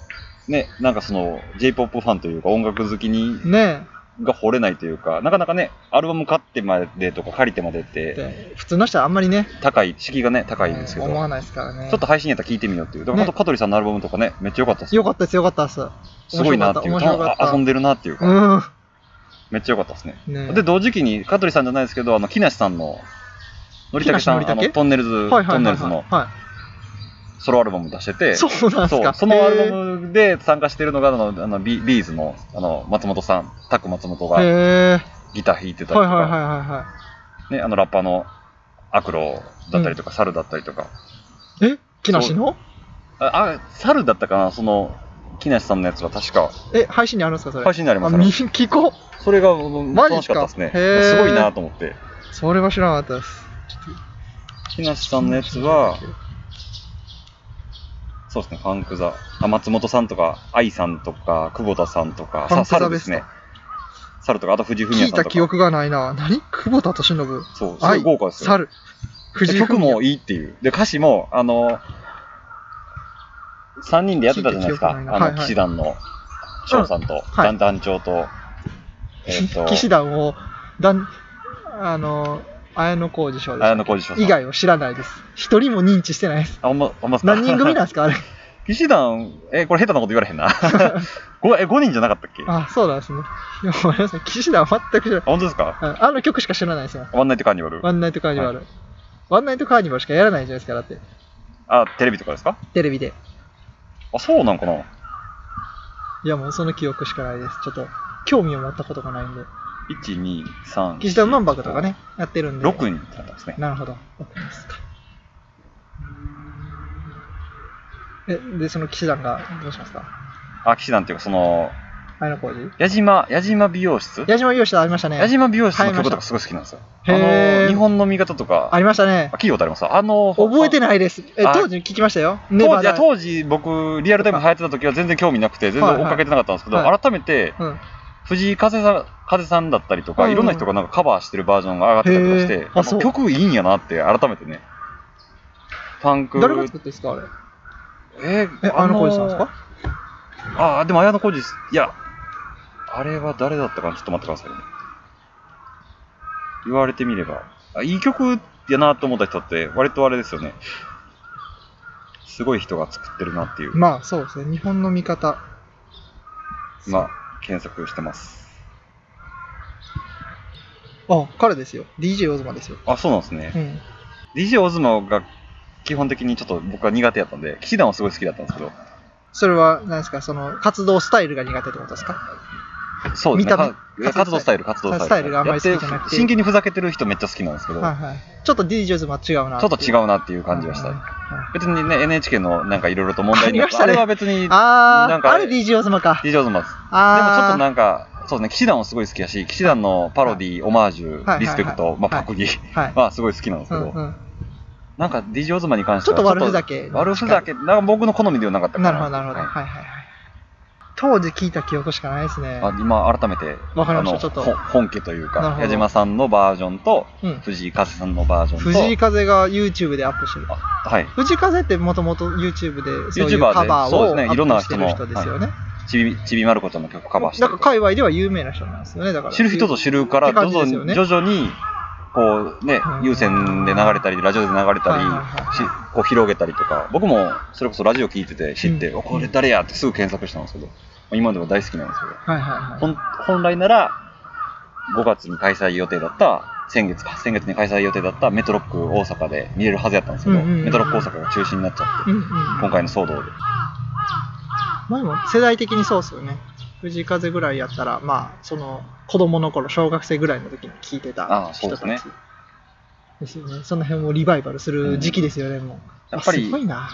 ね、なんかその J-POP ファンというか音楽好きに
ね
が惚れないというか、なかなかね、アルバム買ってまでとか借りてまでっ
え
て、
で普通の人はあんまりね
高い、敷居がね、高いんですけど、
うん
ち
思わ
ょ
ないですからね
っと配信やったら聞いてみようっていう。だから
ね
本当、香取さんのアルバムとかね、めっちゃ良かったです
よかったですよかったです
すごいなっていう
面白かった面白かった
あ遊んでるなっていうか、
うん
めっちゃ良かったですね。
ね
で、同時期に、香取さんじゃないですけど、あの、木梨さんの、のりたけさ
木
ん、
梨憲
あ
武
の、トンネルズ、
はいは
ト
い
ンネ
はい
ルズの
は
ソロアルバム出してて、
いそうなんです
そう
か
そのアル
ム
バムで参加してるのがあのあのビビーズのあの松本さんタック松本が
へ
ギター弾いて
え
たりとか、
はいはいはいはいは
ね、あのラッパーのアクロだったりとか、サルだったりとか
いえ木梨の
ああサルだったかなその木梨さんのやつは確か
え配信にあるんですかそれ
配信になりま
あ
したね
見聞こう
それがうん
マジっす
楽し
か
かったですね
へー
すごいなと思って
それは知らなかったです
木梨さんのやつはそうですねファンクザあ松本さんとか愛さんとか久保田さんとか
ファン
さ
クザ
サルですねサルとかあと藤井フミヤ
聞
さ
い
んとか
た記憶がないな何久保田と忍
そうすごい豪華ですよ
猿藤井
曲
フミヤ
もいいっていう。で、歌詞も、あの、3人でやってたじゃないですか。
聞いて記憶ないな
あ
は
の、
いはい
騎士団の翔さんと、
はい
団団長と、えっ、
騎士
と、
団をだんあの綾小路翔で
綾
す
野浩二翔さん。
以外を知らないです一人も認知してないです
あ、ほんま、ほんまっすか
何人組なんですかあれ
騎士団、え、これ下手なこと言われ へんな。ごえ、5人じゃなかったっけあ、
あそうなんですねいやごめんなさい騎士団は全く知らない
本当ですか
ああの曲しか知らないですよ
ワンナイトカーニバル
ワ。ンナイトカーニバル、ワンナイトカーニバルしかやらないじゃないですかだって
あ、テレビとかですか
テレビで
あ、そうなんかない
やもうその記憶しかないですちょっと興味を持ったことがないんで
?1、2、3、
騎士団万博とかねやってるんで
6人だったんですね。
なるほど。わかりましたえ、で、その騎士団がどうしますか
あ、騎士団っていうか、その、
綾小路
矢島、矢島美容室
矢島洋志ありましたね。
矢島美容室の曲
買いまし
と
た
かすごい好きなんですよ。あ
へー
の、日本の見方とか、
ありましたね
あ。聞いたことありますあの、
覚えて
ない
ないです。え、
あ
当時聞きましたよ。ネ
当
バ
時いや
ダ。
当時僕、リアルタイム流行ってた時は全然興味なくて、全然追っかけてなかったんですけど、
はいはい
改めて、
うん。へ
藤井風さん風さんだったりとか、
うんうん
いろんな人がなんかカバーしてるバージョンが上がってたりとかし
へ
て
ー、あ
あ
そう
曲いいんやなって、改めてね。パンク。
誰が作ったんですかあれ。
えー
え、綾小路さんですか
ああ、でも綾野浩二、いや、あれは誰だったかなちょっと待ってくださいね。言われてみれば。あいい曲やなと思った人って、割とあれですよね。すごい人が作ってるなっていう。
まあ、そうですね。日本の味方。
まあ、検索してます。
あ、彼ですよ。DJ オズマですよ。
あ、そうなんですね
う。ん。
DJ オズマが基本的にちょっと僕は苦手やったんで、騎士団はすごい好きだったんですけど、
それは、何ですか、その、活動スタイルが苦手ってことですか
そうですね。
見た目
か活動スタイル、活動スタイル。
スタイルがあんまり好きじゃな
やっ
くて
て真剣にふざけてる人めっちゃ好きなんですけど、
はいはい。ちょっと DJ オズマは違うな
ちょっと違
う
うなっていう感じがした。
はいはい
別にね、NHK のなんかいろいろと問題にな
ありまし
あ
たね
れは別に、な
あ
ん
ー、
か
あれ DJ オズマか。
非常にまず。でもちょっ
あ
と
ー
なんか、そうですね、騎士団もすごい好きだし、騎士団のパロディ、オマージ
はいは
ュ、
い
リスペクト、まあ、
はい
パクリ
はい。
はすごい好きなんです
う
け
ん
ど、
うん
なんか DJ オズマに関し
ち
て
ょっ
は
と悪ふざけ。
悪ふざけ、なんか僕の好みではなかったか
な
な。
るほど、なるほど。はい
はい
はいはい。当時聞いた記憶しかないですね。
あ今、改めて、
わかりました
あの
ちょっと
ほ本家とい
な
う
る
か
ほ、ど
矢島さんのバージョンと、
うん。
藤井風さんのバージョンと、
藤井風が YouTube でアップしてる
あ。はい。
藤井風ってもともと YouTube でそういう
YouTuber で
カバー
そう
を
ですね
ア
いろん
ッ
な
プして
人
る
の
人ですよね。
ちび、ちびまる子ちゃんの曲カバーして
な
る
ん
と
か
か。
界隈では有名な人なんですよね、だから。
知る人ぞ知るか
っ
ら、
て感
徐
じで
々
す
に
よね、
徐々に、こうね
う、ん
有線で流れたり、ラジオで流れた
はい
り
はいはい、
しこう広げたりとか、僕もそれこそラジオ聞いてて知って、
うん
おこれ誰やってすぐ検索したんですけど、今でも大好きなんですよ。
はいはいはい。
本本来なら5月に開催予定だった先月か先月に開催予定だったメトロック大阪で見れるはずやったんですけど、
うんうんうんうん
メトロック大阪が中止になっちゃって、
うんうん、
今回の騒動で
まあでも世代的にそうですよね。藤井風ぐらいやったら、まあ、その子供の頃、小学生ぐらいの時に聴いて
あ
た
あそう
人
で
た
す
ち。
ね
ですよね。その辺もリバイバルする時期ですよね、もう。
やっぱ
あ
り
すごいな。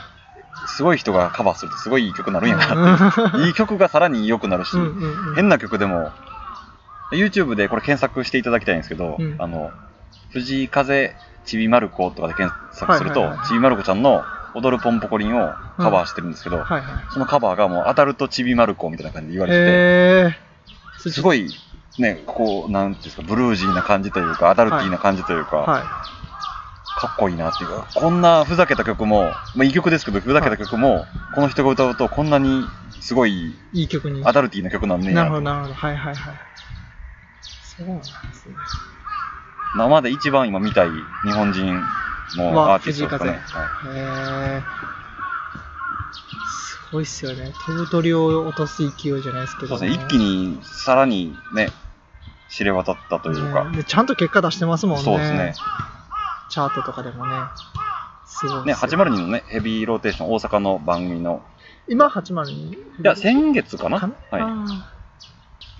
すごい人がカバーするとすごいいい曲になるんやなっていういい曲がさらに良くなるし、
うんうんうん
変な曲でも YouTube でこれ検索していただきたいんですけど、
うん
あの藤井風ちびまる子とかで検索すると、
はいはいはい
ちびまる子ちゃんの「踊るポンポコリン」をカバーしてるんですけど、
はいはい。
そのカバーがもうアダルトちびまる子みたいな感じで言われてて、
へえ。
す
い。
ごい、ね、こう、なんていうんですか、ブルージーな感じというか、アダルティーな感じというか、
は
かっこいいなっていうか、こんなふざけた曲も、まあ、いい曲ですけど、ふざけた曲も、この人が歌うと、こんなにすごい
い。いい曲に。
アダルティーな曲なんねん
なるほど、
や。
なるほど。はいはいはい。そうなんですね。
生で一番今見たい日本人の
は
アーティストですかね。
藤
はい
へえ。すごいっすよね。飛ぶ鳥を落とす勢いじゃないですけど、
そうですね、一気に、さらにね、知れ渡ったというか、
ねでちゃんと結果出してますもんね。
そうですね。
チャートとかでもね。すごいっすよ
ね、802のね、ヘビーローテーション、大阪の番組の、
今802。
いや、先月かな
かな、
は
あー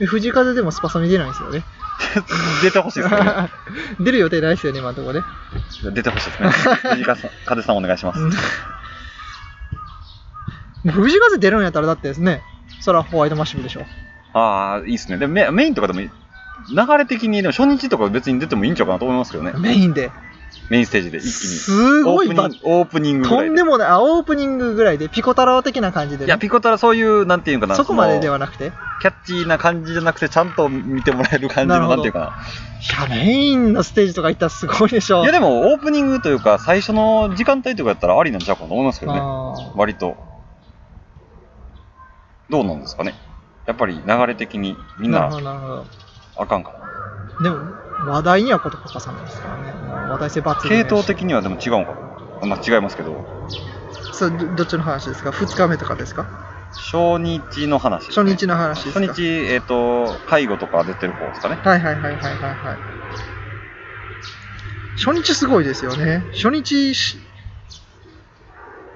え藤井風でもスパサミ出ないんですよね。
い。出てほしいですね。
出る予定ないですよね、今のところね。
出てほしいですね。藤川さん、風さんお願いします。
うん藤井風出るんやったらだってですね、それはホワイトマッシブでしょ。
ああ、いいですね。でもメメインとかでもいい、流れ的に、でも初日とか別に出てもいいんちゃうかなと思いますけどね。
メインで。
メインステージで一気に。
すごい
オープ
ば
ニングオープニングぐ
と
ら
ん
いで。
でもない、あ、オープニングぐらいで、ピコ太郎的な感じでね、
いや、ピコタラそういう、なんていうのかな、
そこまででは
な
なくて。い
キャッチーな感じじゃなくて、ちゃんと見てもらえる感じ
なる
の、
ほ
な
ど
んていうか
や、メインのステージとか行ったらすごいでし
な。
ょ。
いや、でも、オープニングというか、最初の時間帯とかやったらありなんちゃうかなと思いますけどね。
あー
割と。どうなんですかね。やっぱり流れ的に、みん
なるほ
な
ど、なるほど。
あかんかな。
でも、話題にはことこかさないですからね。もう話題性抜群
系
やし
統的にはでも違うんかなまあ違いますけど
そうどどっちの話ですか ?2 日目とかですか
初日の話です
初
ね、
日の話ですか
初日えっ、と介護とか出てる方ですかね
はいはいはいはいはいはい。初日すごいですよね。初日し、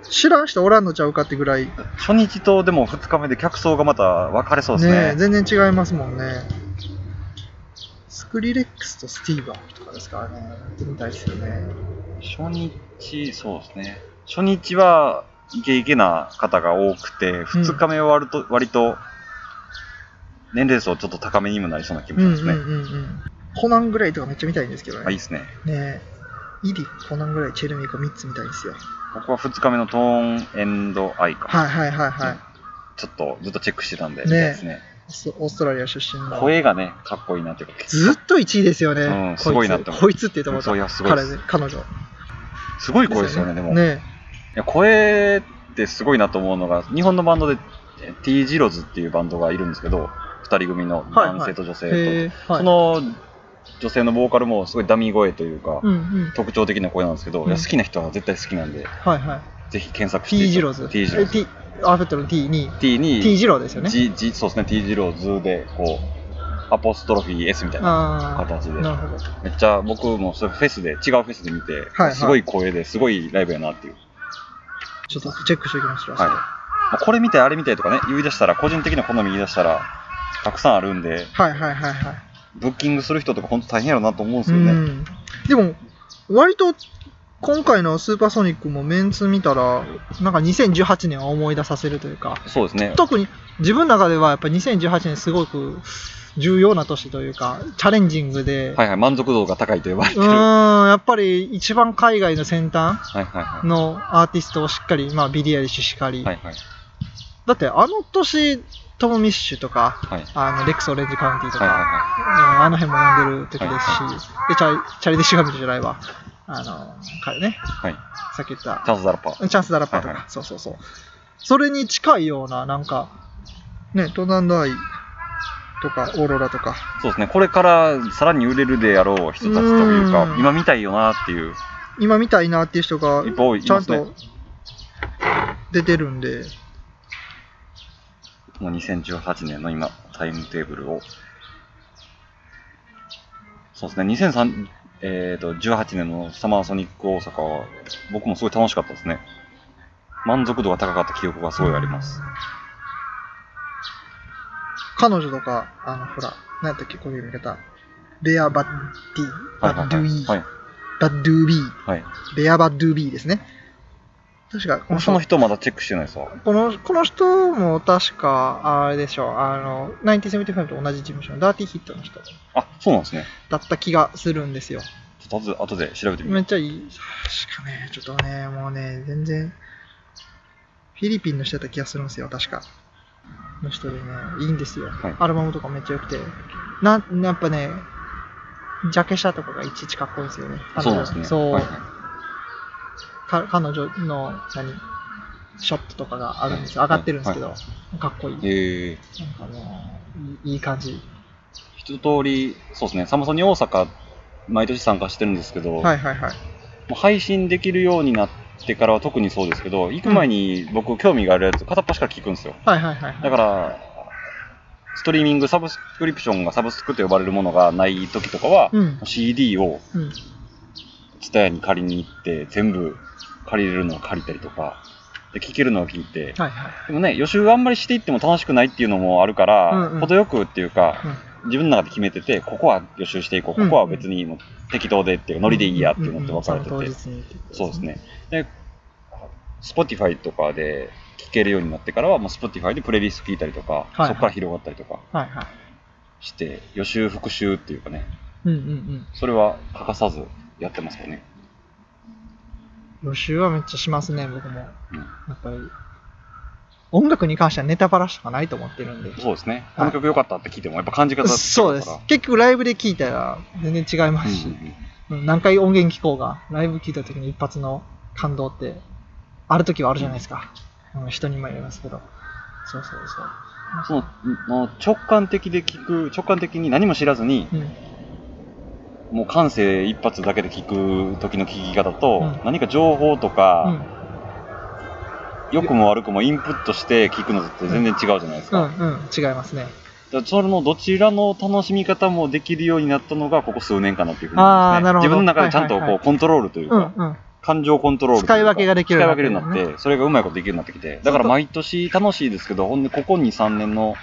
知らん人おらんのちゃうかってぐらい、ね
初日とでも2日目で客層がまた分かれそうですね
全然違いますもんね。スクリレックスとスティーバーとかですからね、やってみたいですよね。
初日そうですね初日はイケイケな方が多くて2日目は割と,、割と年齢層ちょっと高めにもなりそうな気も
う
し
ん
ま
う
す
んう
ね、
んうん。コナンぐらいとかめっちゃ見たいんですけど
まあ、いい
ね。
ですね
ねイリ、コナンぐらい、チェルミコ3つ見たいんですよ。
僕は2日目のトーンエンドアイか、
はいはいはいはい。
ちょっとずっとチェックしてたんで、
ね
みたいですね
オースオーストラリア出身の。
声がねかっこいいなっていうか
ずっと1位ですよね。
うんすごいなって思う
こいつこいつって言ってもらった
そういやすごいです
彼ね彼女。
すごい声ですよね、でも
ね
いや。声ってすごいなと思うのが、日本のバンドでえ T ジロズっていうバンドがいるんですけど、2人組の
はいはい
男性と女性と、
へえはい
その女性のボーカルもすごいダミー声というか、
うんうん。
特徴的な声なんですけど、
うん
いや好きな人は絶対好きなんで、
はいはい。
ぜひ検索して
T ジローズ。
T ジロ
え
ズ。
T、アルファベットの T に、
T に
T ジローですよね。
G G そうですね、T ジロズで、こう、アポストロフィー S みたいな。
ああ。
形で
なるほど。
めっちゃ僕もそれフェスで、違うフェスで見て、
はい
すごい声ですごいライブやなっていう。
ちょっとチェックしておきましょう。
はい。まあこれ見たい、あれ見たいとかね、言い出したら、個人的な好み言い出したら、たくさんあるんで、
はいはいはいはい。
ブッキングする人とか本当大変やろなと思うんです
う
よね。
ん。でも、割と、今回のスーパーソニックもメンツ見たら、なんか2018年を思い出させるというか、
そうですね。
特に自分の中ではやっぱ2018年すごく重要な年というか、チャレンジングで、
はいはい、満足度が高いと呼ばれて
う
る。は
ーん、やっぱり一番海外の先端
いはいはい。
のアーティストをしっかり、まあ、ビリー・アイリッシュしかり、
はいはい。
だってあの年、トム・ミッシュとか、
はい。
あのレックス・オレンジ・カウンティとか、
はいは
うんあの辺も呼んでる時ですし、
はい
でチャリチャリディ・シュガミルじゃないわ、あの彼ね、
いはい。はい。
さっき言った
チャンスザラッパー。
チャンス・ダラッパーとか、
はいは
そうそうそう、それに近いような、なんか、ね、東南の愛とか、オーロラとか。
そうですね、これからさらに売れるであろう人たちというか、
うん
今見たいよなっていう、
今見たいなっていう人が
いっぱいい
ちゃ
ま
ん
すね
と出てるんで、
もう2018年の今、タイムテーブルを。そうですね、2003、えー、と18年のサマーソニック大阪は、僕もすごい楽しかったですね。満足度が高かった記憶がすごいあります。
彼女とか、あの、ほら、何やったっけ、こういう見方。レアバッディ、
はい
バッ
はい
ドゥ
は
イ
い。
ー、
はい
バッドゥービー、
はい、
レアバッドゥービーですね。確か、この
その
人、
人まだチェックしてないですわ。
このこの人も確か、あれでしょう、あの、1975と同じ事務所のダーティーヒットの人
あ、そうなんですね。
だった気がするんですよ。
ちょっと後で後で調べてみま
め
す。
っちゃいい。確かね、ちょっとね、もうね、全然、フィリピンの人だった気がするんですよ、確か。の人でね、いいんですよ。
はい
アルバムとかめっちゃ良くて。な、やっぱね、ジャケ写とかがいちいちかっこいいですよね。
そうなんですね。
そう、
はいはい
か彼女の、何、ショットとかがあるんですよ。上
はい
がってるんですけど、
は
かっこいい。
えー、
なんかもう、いいいい感じ。
一通り、そうですね、サムソニ大阪、毎年参加してるんですけど、
はいはいはい。
もう配信できるようになってからは特にそうですけど、行く前に僕、興味があるやつ、片っ端から聞くんですよ。
はいはいはい、はい。
だから、ストリーミング、サブスクリプションがサブスクと呼ばれるものがない時とかは、
うん。
CD を
うん。
蔦屋に借りに行って、全部借りれるのを借りたりとか、で聞けるのを聞いて、
はいはい。
でもね、予習あんまりしていっても楽しくないっていうのもあるから、
うんうん
程よくっていうか、
うん
自分の中で決めてて、ここは予習していこう、ここは別にもう適当でっていうか、ノリでいいやって思って分かれてて、
うんうんうんその当日にってこと
そうです。ね。で、Spotify とかで聴けるようになってからは、もう Spotify でプレイリスト聴いたりとか、
はい
そこから広がったりとか
はいはい。
して、予習、復習っていうかね、
うんうん
それは欠かさずやってますかね。
うん。予習はめっちゃしますね、僕も。や
うん
っぱり。音楽に関してはネタバラしとかないと思ってるんで。
そうですね。この曲良かったって聞いても、やっぱ感じ方
そうです。結局ライブで聴いたら全然違います
し
し、うん何回音源聴こうが、ライブ聴いた時に一発の感動って、ある時はあるじゃないですか。うん人にもよりますけど。そうそう
そ
そう。
のの直感的で聞く、直感的に何も知らずに、
うん、
もう感性一発だけで聞く時の聞き方と、
うん
何か情報と
う
か、
ん、
良、くも悪くもインプットして聞くのとって全然違うじゃないです
う
か。
ん、うん、違いますね。
だからそれのどちらの楽しみ方もできるようになったのがここ数年かなっていうふうに
あー
思います、ね、
なるほど
自分の中でちゃんと
はいはい
こ
は
うコントロールというか、
うん、うん。
感情コントロールというか
使い分けができるよ
使
う
い
になっ
分
て
け
るね
るようになってそれがうまいことできるようになってきてだから毎年楽しいですけどほんでここ23年の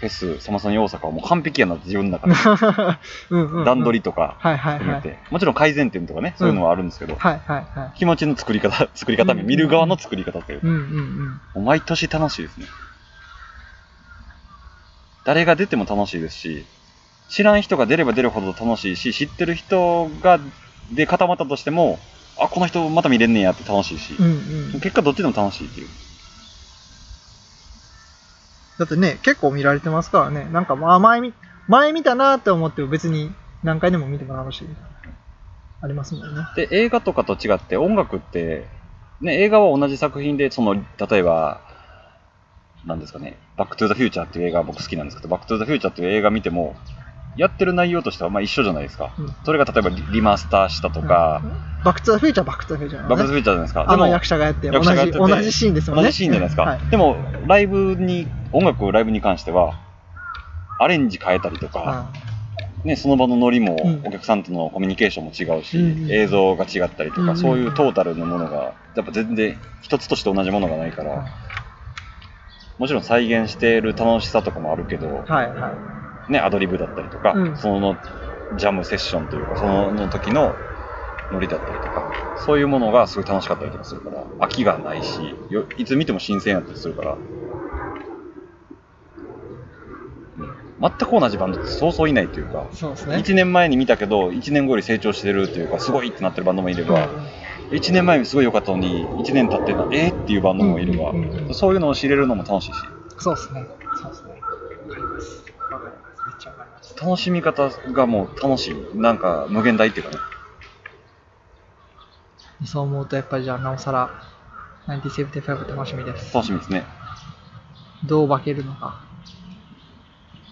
フェスサマソニ大阪はもう完璧やなって自分の 中で
うんうんうん
段取りとか
はいはい
含
は
め
い。
てもちろん改善点とかねそういうのはあるんですけど、
はいはいはい。
気持ちの作り方、 作り方、
うん
見る側の作り方というか
うんうんうん。
もう毎年楽しいですね。誰が出ても楽しいですし、知らん人が出れば出るほど楽しいし、知ってる人がで固まったとしても、あ、この人また見れんねんやって楽しいし
う、んうん。
結果どっちでも楽しいっていう。
だってね、結構見られてますからね。なんか、まあ、前見、前見たなって思っても別に何回でも見ても楽しい。ありますもんね。
で、映画とかと違って音楽って、ね、映画は同じ作品で、その、例えば、なんですかね、バックトゥーザフューチャーっていう映画僕好きなんですけど、バックトゥーザフューチャーっていう映画見ても、やってる内容としてはまあ一緒じゃないですか。
うん
それが例えばリリマスターしたとか、
バックトゥザフューチャー、バックトゥザフューチャー、ね。
バックトゥーザフューチャーじゃないですか。
あの
でも
役者がやって、同
役
じ、
者がやってて
同じシーンですもんね。
同じシーンじゃないですか、
うんはい。
でもライブに音楽をライブに関してはアレンジ変えたりとか、
あ
ね、その場のノリも、
うん
お客さんとのコミュニケーションも違うし、
うんうん
映像が違ったりとか、
うんうん
そういうトータルのものがやっぱ全然一つとして同じものがないから、もちろん再現している楽しさとかもあるけど、
はいは
ね、アドリブだったりとか、
うん
そのジャムセッションというかそのの時のノリだったりとかそういうものがすごい楽しかったりとかするから飽きがないしよいつ見ても新鮮やったりするから、うん全く同じバンドってそうそういないというか
い。そうですね。
1年前に見たけど1年後より成長してるというかすごいってなってるバンドもいれば1年前にすごい良かったのに1年経ってなえー、っていうバンドもいれば、
うんうんうん
そういうのを知れるのも楽しいし
そうですね。そうですね。わかります。わかります。めっちゃわかります。
楽しみ方がもう楽しいなんか無限大っていうかね
そう思うと、やっぱりじゃあ、なおさら、1975楽しみです。
楽しみですね。
どう化けるのか。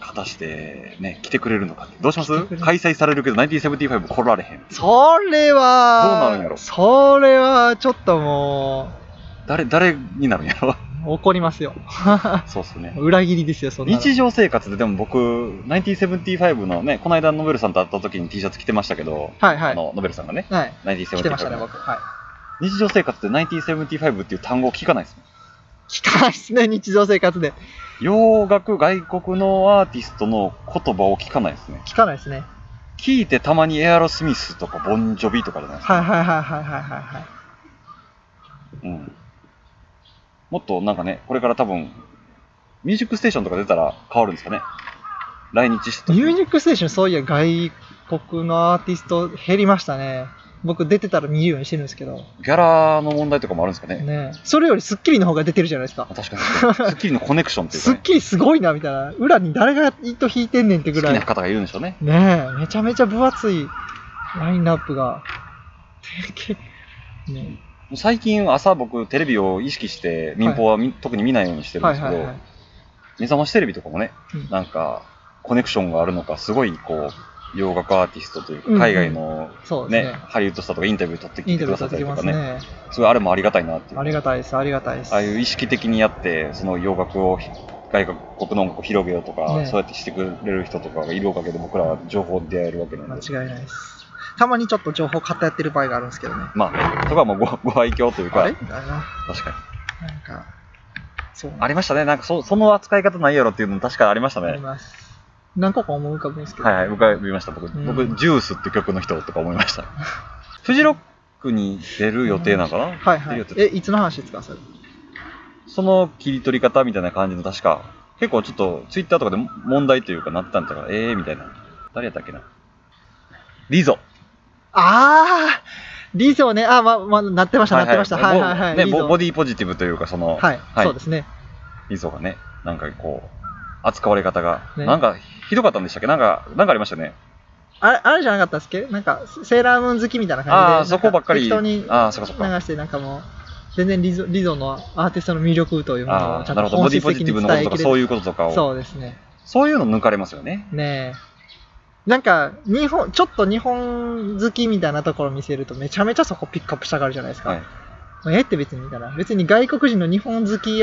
果たして、ね、来てくれるのかってどうします
来てくれる
開催されるけど、1975来られへん。
それは、
どうなるんやろ
それは、ちょっとも
誰、誰になるんやろ
う、怒りますよ。
そうっすね。
裏切りですよ、そんなの。
日常生活ででも僕、1975のね、この間ノベルさんと会った時に T シャツ着てましたけど、
はいは
あ
い。
の、ノベルさんがね、
はい。来てましたね、
1975。
僕。はい。
日常生活で1975っていう単語を聞かないですもん
聞かないっすね、日常生活で。
洋楽外国のアーティストの言葉を聞かないですね
聞かないですね。
聞いてたまにエアロスミスとかボンジョビとかじゃないですか、
はいはいはいはいはいはいはい。
うん、もっとなんかねこれから多分「ミュージックステーション」とか出たら変わるんですかね来日してた
ミュージックステーション、そういや、外国のアーティスト減りましたね。僕、出てたら見るようにしてるんですけど、
ギャラの問題とかもあるんですかね
ね、それより『スッキリ』の方が出てるじゃないですか
あ。確かに確かに『スッキリ』のコネクションっていうか、
ス
ね
ッ、キリすごいな、みたいな。裏に誰が糸引いてんねんって
好
ぐ
き
らい。
な
ね
方がいるんでしょうね
え、めちゃめちゃ分厚いラインナップが。ね、
もう最近朝僕テレビを意識して民放はみ、特に見ないようにしてるん
は
で
い
すけ
は
ど、
いはい。
目覚ましテレビとかもね
うん
なんかコネクションがあるのかすごいこう洋楽アーティストという
うんう
か
ん
海外の、
そうで
ね
すね。
ハリウッドスターとかインタビュー取って
イ
き
ン
て
タ
く
ビュ
だ
ーさせ
さった
てき
りと
ま
か
す
ね
ね。
すごいあれもありがたいなっていう
ありがたいです、ありがたいです。
ああいう意識的にやってその洋楽を外国の音楽を広げようとか、
ね
そうやってしてくれる人とかがいるおかげで僕らは情報に出会えるわけなんで
間違いないです。たまにちょっと情報偏ってる場合があるんですけどね。
まあねそこはもうごご 愛嬌という
あ
か
れみたいな。
確かに
なんか、そう
ありましたねなんかそその扱い方ないやろっていうのも確かありましたね
あります。何個か思い浮かぶんですけど、
はいはい、僕は見ました。僕、
ん
僕、ジュースって曲の人とか思いま した。フジロックに出る予定なのかな、
はいはい
出る予
え、
定
いつの話ですか、それ。
その切り取り方みたいな感じの確か、結構ちょっとツイッターとかでも問題というかなってたんだから、えーみたいな。誰やったっけな。リゾ。
あー、リゾね、あー、ま、ま、なってました、なってました。はいはいはい。
もうね、
リ
ボ
ゾ
ボディポジティブというか、その、
はい、そうですね。
リゾがね、なんかこう、扱われ方が、
ね
なんかひどかったんでしたっけなんか、なんかありましたよね。
あれ、あれじゃなかったっすっけなんか、セセーラームーン好きみたいな感じで。
あ
な
あ、
んか
そこばっかり。
適当に流
ああ、そっかそっか。
して、なんかもう、全然リゾリゾのアーティストの魅力というもの
あ
をちゃ
あ、
ん
なる
と
ほど。ボ
本
ディ
質
ポ
的
ジ
に
ティブ
伝
の
え
ことと
きれ
か、そう
る。
いうこととかを。
そうですね。
そういうの抜かれますよね。
ねえ。なんか、日本、ちょっと日本好きみたいなところ見せると、めちゃめちゃそこピックアップしたがるじゃないですか。
はい。
まあええって別にいいかな。別に外国人の日本好き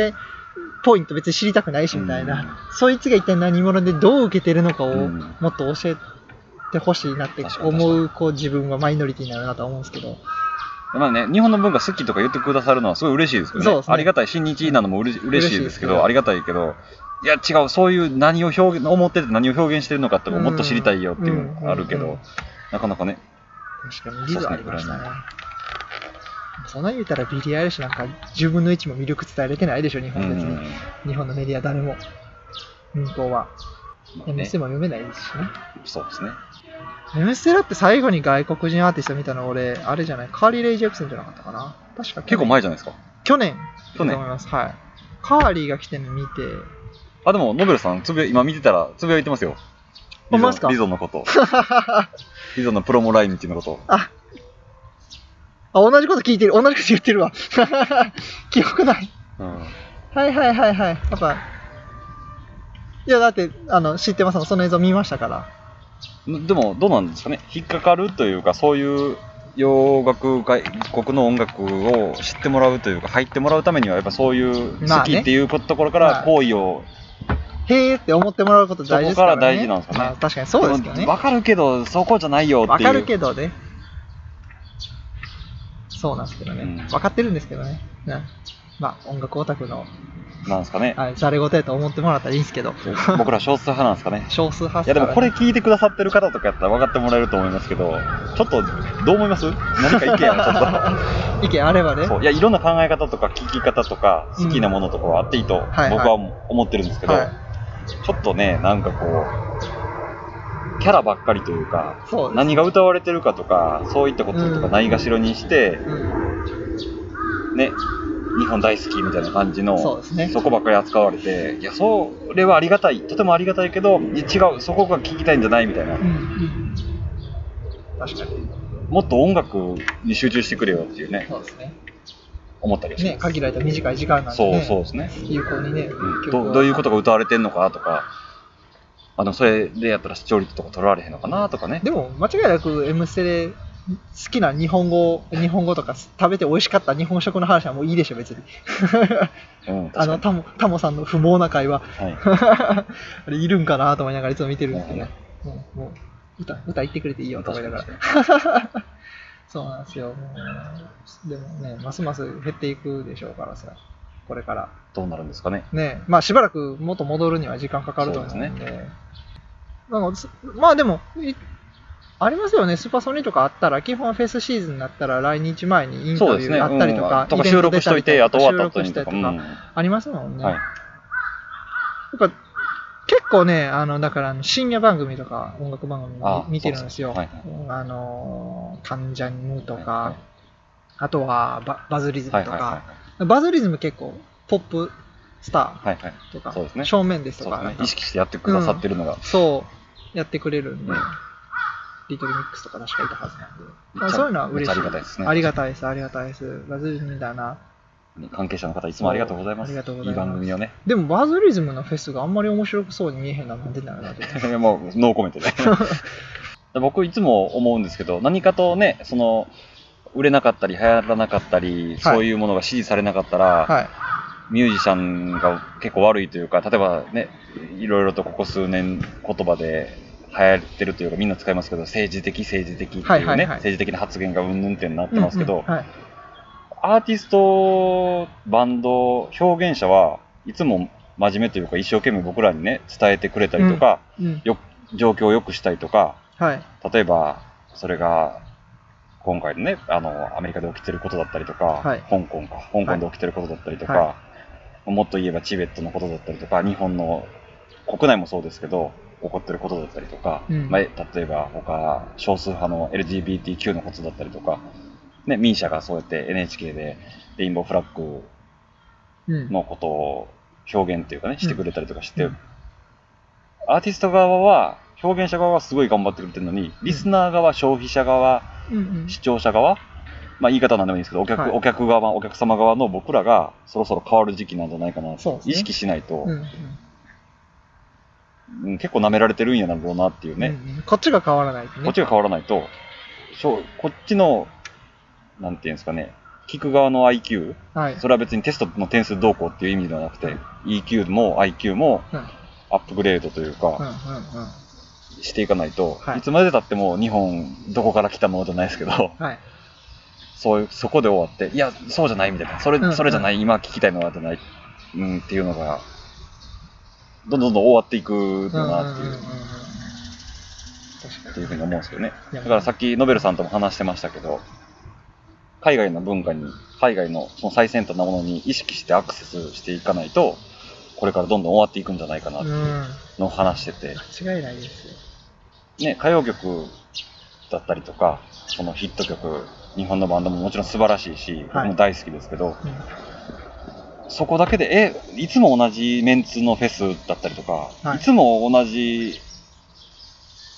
ポイント別に知りたくないしみたいな。そいつが一体何者でどう受けてるのか
う
を
ん。
もっと教えてほしいなって
確かに
思うこう自分はマイノリティになるなとは思うんですけど。
まあね、日本の文化好きとか言ってくださるのはすごい嬉しいですけどね。
そうですね
ありがたい。親日なのもうれ嬉しいです
嬉
け
しいですけど
ど、ありがたいけど、いや違う、そういう何を表現、思ってて何を表現してるのかってもっと知りたいよっていうのがあるけ
うんうんうん
ど、なかなかね、
確かにリズありましたね
そうですね。
そんなん言うたらビリー・アイリッシュなんか10分の1も魅力伝えれてないでしょ、日
う
本別に。
ん。
日本のメディア誰も。民放は。
まあね
MC も読めないですしね。
そうですね。
M ステだって最後に外国人アーティスト見たの俺、あれじゃない、カーリー・レイ・ジャクソンじゃなかったかな。確か
結構前じゃないですか。
去年
去
だと思
年。
います。はい。カーリーが来てるの 見て、
あ、でも、ノベルさん、つぶや今見てたら、つぶやいてますよ。
ほ
リ
んま
ゾ
ですか
リゾのこと。リゾのプロモラインっていうのこと。
あ、あ、同じこと聞いてる、同じこと言ってるわ。 記憶ない。
うん。
はいはいはいはい。やっぱ、いやだって、あの、知ってますもんその映像見ましたから。
でもどうなんですかね引っかかるというかそういう洋楽外国の音楽を知ってもらうというか入ってもらうためにはやっぱそういう
まあ
好き
ね
っていうところか
まあ
ら好意を、
へーって思ってもらうこと大事ですから、ね。
そこから大事なんですかね
まあ確かにそうですけどね。
わかるけどそこじゃないよっていう
わかるけどね。そうなんですけどね。
うん
分かってるんですけどね。うんまあ、音楽オタクの、
なんですかね
はい、ざれ事やと思ってもらったらいいんですけど、
僕ら少数派なんです かね
少数派っ
い
す
やで
から
も
ね
これ聞いてくださってる方とかやったら分かってもらえると思いますけどちょっとどう思います何か意見や
意見あれば
ちょ
ね
っと。そういやいろんな考え方とか聞き方とか好きなものとかはあっていいと僕
はい
は思ってるんですけど、
は
ちょっとね、なんかこう、キャラばっかりというか、
い。そうです。
何が歌われてるかとか、そういったこととか
うん
ないがしろにして、
うん
ね、日本大好きみたいな感じの、
そうですね。
そこばっかり扱われて、いや、それはありがたい、とてもありがたいけど、いや違う、そこが聞きたいんじゃないみたいな
うん。うん。確かに。
もっと音楽に集中してくれよっていうね、
そうですね。
思ったりはし
ね、
ます。
限られた短い時間なんで、
そう
ね、
そうですね。
有効にね、
うん
曲
ど
を
どういうことが歌われてんのかなとか、あのそれでやったら視聴率とか取られへんのかなとかね。
でも間違いなく「M ステ」で好きな日本語日本語とか食べて美味しかった日本食の話はもういいでしょ別に
うん、
あ
確か
の
に。
タモタモさんの不毛な会話
はい、
あれいるんかなと思いながらいつも見てるんですけど、うんもう歌歌言ってくれていいよ と思いながら
確
そうなんですよもうでもねますます減っていくでしょうからさこれから
どうなるんですかね。
ねまあしばらく元戻るには時間かかると思うんで
そう
なんかすまあでもいありますよねスーパーソニーとかあったら基本フェスシーズンになったら来日前にインタ
そう
ビ
で
ュ
すね。
ーあったりとか,、
うん、とか収録しといて、あと終わった後
収録し
に
た
と
り
か。
と
う
か、
ん、
ありますもんね、
はい
や。っぱ結構ねあのだからあの深夜番組とか音楽番組み
あ
見てるんですよ
そうです
うんあの関ジャニとか、
はい
あとはババズリズム
はい
とか、
はいは
バズリズム結構ポップスター、
いはい。はいはい。
とか、
そうですね
正面ですと
そうで
か
す
なん
ね
か。
意識してやってくださってるのが、
そうやってくれるんで、
うん
リトルミックスとか確かいたはずなんで、
めっちゃ
そういうのは嬉しい
めっちゃありがたいですね
ありがたいですありがたいですバズリズムだな
関係者の方、いつもありがとうございます。
ありがとうございます
い番組をね。
でもバズリズムのフェスがあんまり面白そうに見えへんのはなんでなのかな と
もうノーコメントで 僕いつも思うんですけど何かとねその売れなかったり流行らなかったり、そういうものが支持されなかったら、
はい
ミュージシャンが結構悪いというか例えばねいろいろとここ数年言葉で流行ってるというかみんな使いますけど政治的政治的っていうね、
はいはいはい
政治的な発言がうんぬんってなってますけ
う
ど、
んうんはい、
アーティスト、バンド、表現者はいつも真面目というか一生懸命僕らにね、伝えてくれたりとか、
うん
よ状況を良くしたりとか、
はい
例えば、それが、今回のね、あの、アメリカで起きてることだったりとか、
はい
香港か、香港で起きてることだったりとか、
は
もっと言えばチベットのことだったりとか、日本の国内もそうですけど、起こってることだったりとか、
うん
まあ例えば他、少数派の LGBTQ のことだったりとか、ね、ミーシャがそうやって NHK でレインボーフラッグ
うん
のことを表現というかね、してくれたりとかして、
うん
アーティスト側は、表現者側はすごい頑張ってくれてるのに、リスナー側、消費者側、
うんうん
視聴者側、まあ、言い方は何でもいいんですけど、お客,、
はい
お客側、お客様側の僕らがそろそろ変わる時期なんじゃないかな、
そうですね
意識しないと、
うんうん
うん結構舐められてるんやなろうなっていう
う
ね、
んうんこっちが変わらないとね
こっちが変わらないと、しょこっちの、なんていうんですかね、聞く側の IQ、
はい
それは別にテストの点数どうこうっていう意味ではなくて、EQ も IQ も
うんうん
アップグレードという
うん
か、
うん
していかないと、
はい
い、つまでたっても日本、どこから来たものじゃないですけど、
はい
そういうそこで終わって、いや、そうじゃないみたいな、それ,、
うんうん
それじゃない、今聞きたいのはじゃない、うん、っていうのが、どんどんどんどん終わっていくのなっていう。
うんうんうんうん確か
っていうふうに思うんですけどね。
いや
だからさっきノベルさんとも話してましたけど、海外の文化に、海外のその最先端なものに意識してアクセスしていかないと、これからどんどん終わっていくんじゃないかなって
にう
いうんのを話してて、
間違いないですよ
ね、歌謡曲だったりとか、そのヒット曲、日本のバンドももちろん素晴らしいし、僕も大好きですけど、
うん
そこだけで、え、いつも同じメンツのフェスだったりとか、
はい
い、つも同じ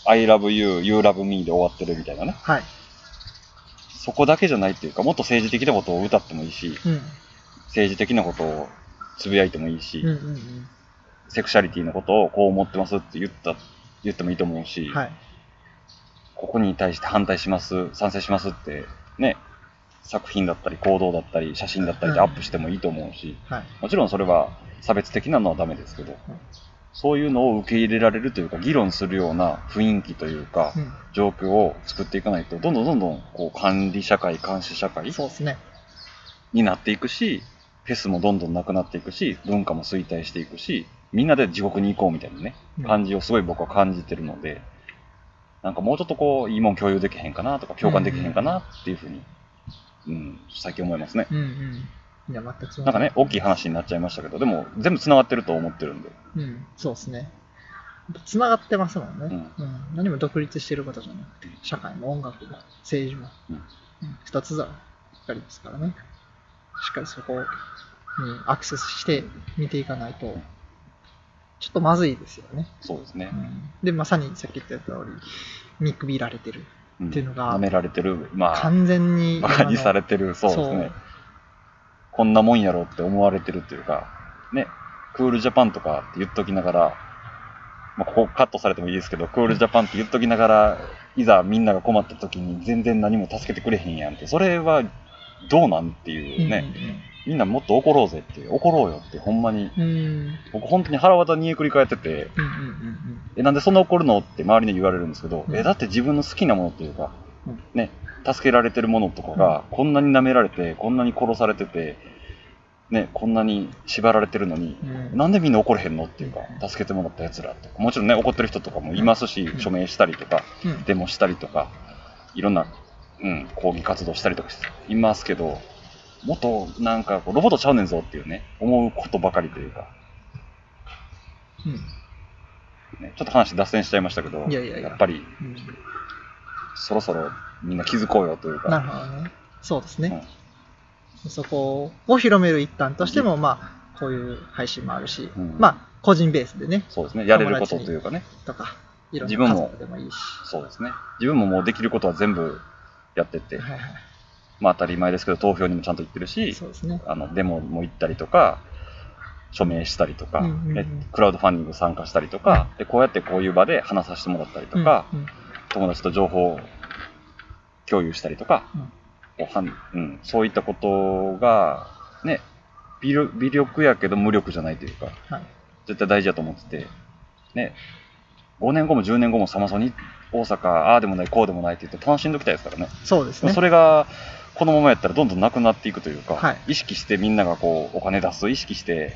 I love you, you love me で終わってるみたいなね。
はい
そこだけじゃないっていうか、もっと政治的なことを歌ってもいいし、
うん
政治的なことをつぶやいてもいいし、
うんうんうん
セクシャリティのことをこう思ってますって言った、言ってもいいと思うし、
はい。
ここに対して反対します、賛成しますって、ね、作品だったり行動だったり写真だったりで
うん
アップしてもいいと思うし、
はい。
もちろんそれは差別的なのはダメですけど
ん、
そういうのを受け入れられるというか、議論するような雰囲気というか、
う
状況を作っていかないと、どんどんどんどんこう管理社会、監視社会
ん。そうですね。
になっていくし、フェスもどんどんなくなっていくし、文化も衰退していくし、みんなで地獄に行こうみたいなね、
うん
感じをすごい僕は感じてるので、なんかもうちょっとこう、いいもん共有できへんかなとか、共感できへんかなっていうふうに、うん、最近思いますね。
うんうん。いや、全くそう。
なんかね、大きい話になっちゃいましたけど、でも全部繋がってると思ってるんで、
うん。そうですね。つながってますもんね。
う
うん。何も独立してることじゃなくて、社会も音楽も政治も、
うん
うん二つだかりですからね。しっかりそこにアクセスして見ていかないと、ちょっとまずいですよね。
そうですね
う。ん。で、まさにさっき言った通り、見くびられてる。
うん
っていうのが
舐められてる、まあ、
完全に。
馬鹿にされてる、そう
今
で
の
すね。こんなもんやろって思われてるというか、ね、クールジャパンとかって言っときながら、まあ、ここカットされてもいいですけど、クールジャパンって言っときながら、いざみんなが困った時に全然何も助けてくれへんやんって、それはどうなんっていうね、みんなもっと怒ろうぜって、怒ろうよって、ほんまに、
うん。うん。うん。
僕本当に腹渡にえくり返ってて、
うんうん
え、なんでそんな怒るのって周りに言われるんですけど、
うん
え、だって自分の好きなものっていうか
うん、
ね、助けられてるものとかが、こんなに舐められて、こんなに殺されてて、ね、こんなに縛られてるのに、
うん。
なんでみんな怒れへんのっていうか
う、ん
助けてもらったやつらって。もちろんね、怒ってる人とかもいますし
う、ん
署名したりとか、
うん
デモしたりとか、いろんな、うん、抗議活動したりとかしていますけど、もっとなんかこう、ロボットちゃうねんぞっていうね、思うことばかりというか、ね、ちょっと話脱線しちゃいましたけど、
いやいやいや
っぱり
うん。
そろそろみんな気づこうよというか、
なるほどね。そうですね。
うん
そこを広める一端としても、まあ、こういう配信もあるし、
うん
まあ、個人ベースでね、
そうですね、やれることというかね、
とか、いろん
自
な
分
家
も
族でもいいし。
そうですね、自分ももうできることは全部やってって、
はいはい。
まあ当たり前ですけど、投票にもちゃんと行ってるし、
そうですね。
あのデモも行ったりとか、署名したりとか、
うんうんうん
ねクラウドファンディング参加したりとか、で、こうやってこういう場で話させてもらったりとか、
うん、うん
友達と情報共有したりとか、こうはんうん、そういったことが、ね、微力微力やけど無力じゃないというか、
はい。
絶対大事だと思ってて、ね、5年後も10年後もサマソニ大阪、ああでもない、こうでもないって言って楽しんどきたいですからね。
そうですね。
それがこのままやったらどんどんなくなっていくというか、
はい
意識してみんながこうお金出す、意識して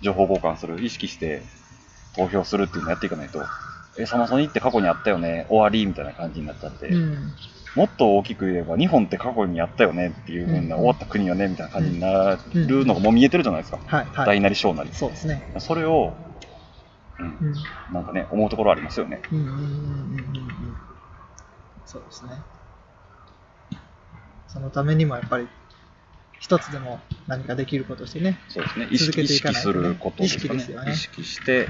情報交換する、意識して投票するっていうのをやっていかないと、え、サマソニって過去にあったよね、終わりみたいな感じになっちゃって、
うん。
もっと大きく言えば、日本って過去にあったよねっていうふうな、
うん
終わった国よねみたいな感じになるのがもう見えてるじゃないですか、
はい、は
大
い。
なり小なり。
そうですね。
それを、うん
うん。
なんかね、思うところありますよね。
うんうんうんうんうんうん。そうですね。そのためにもやっぱり、一つでも何かできることしてね。
そうですね。意
続
識
け
意
ていか
識
ない
す
とね
ることですか
意識
ね。
ですよね
意識して、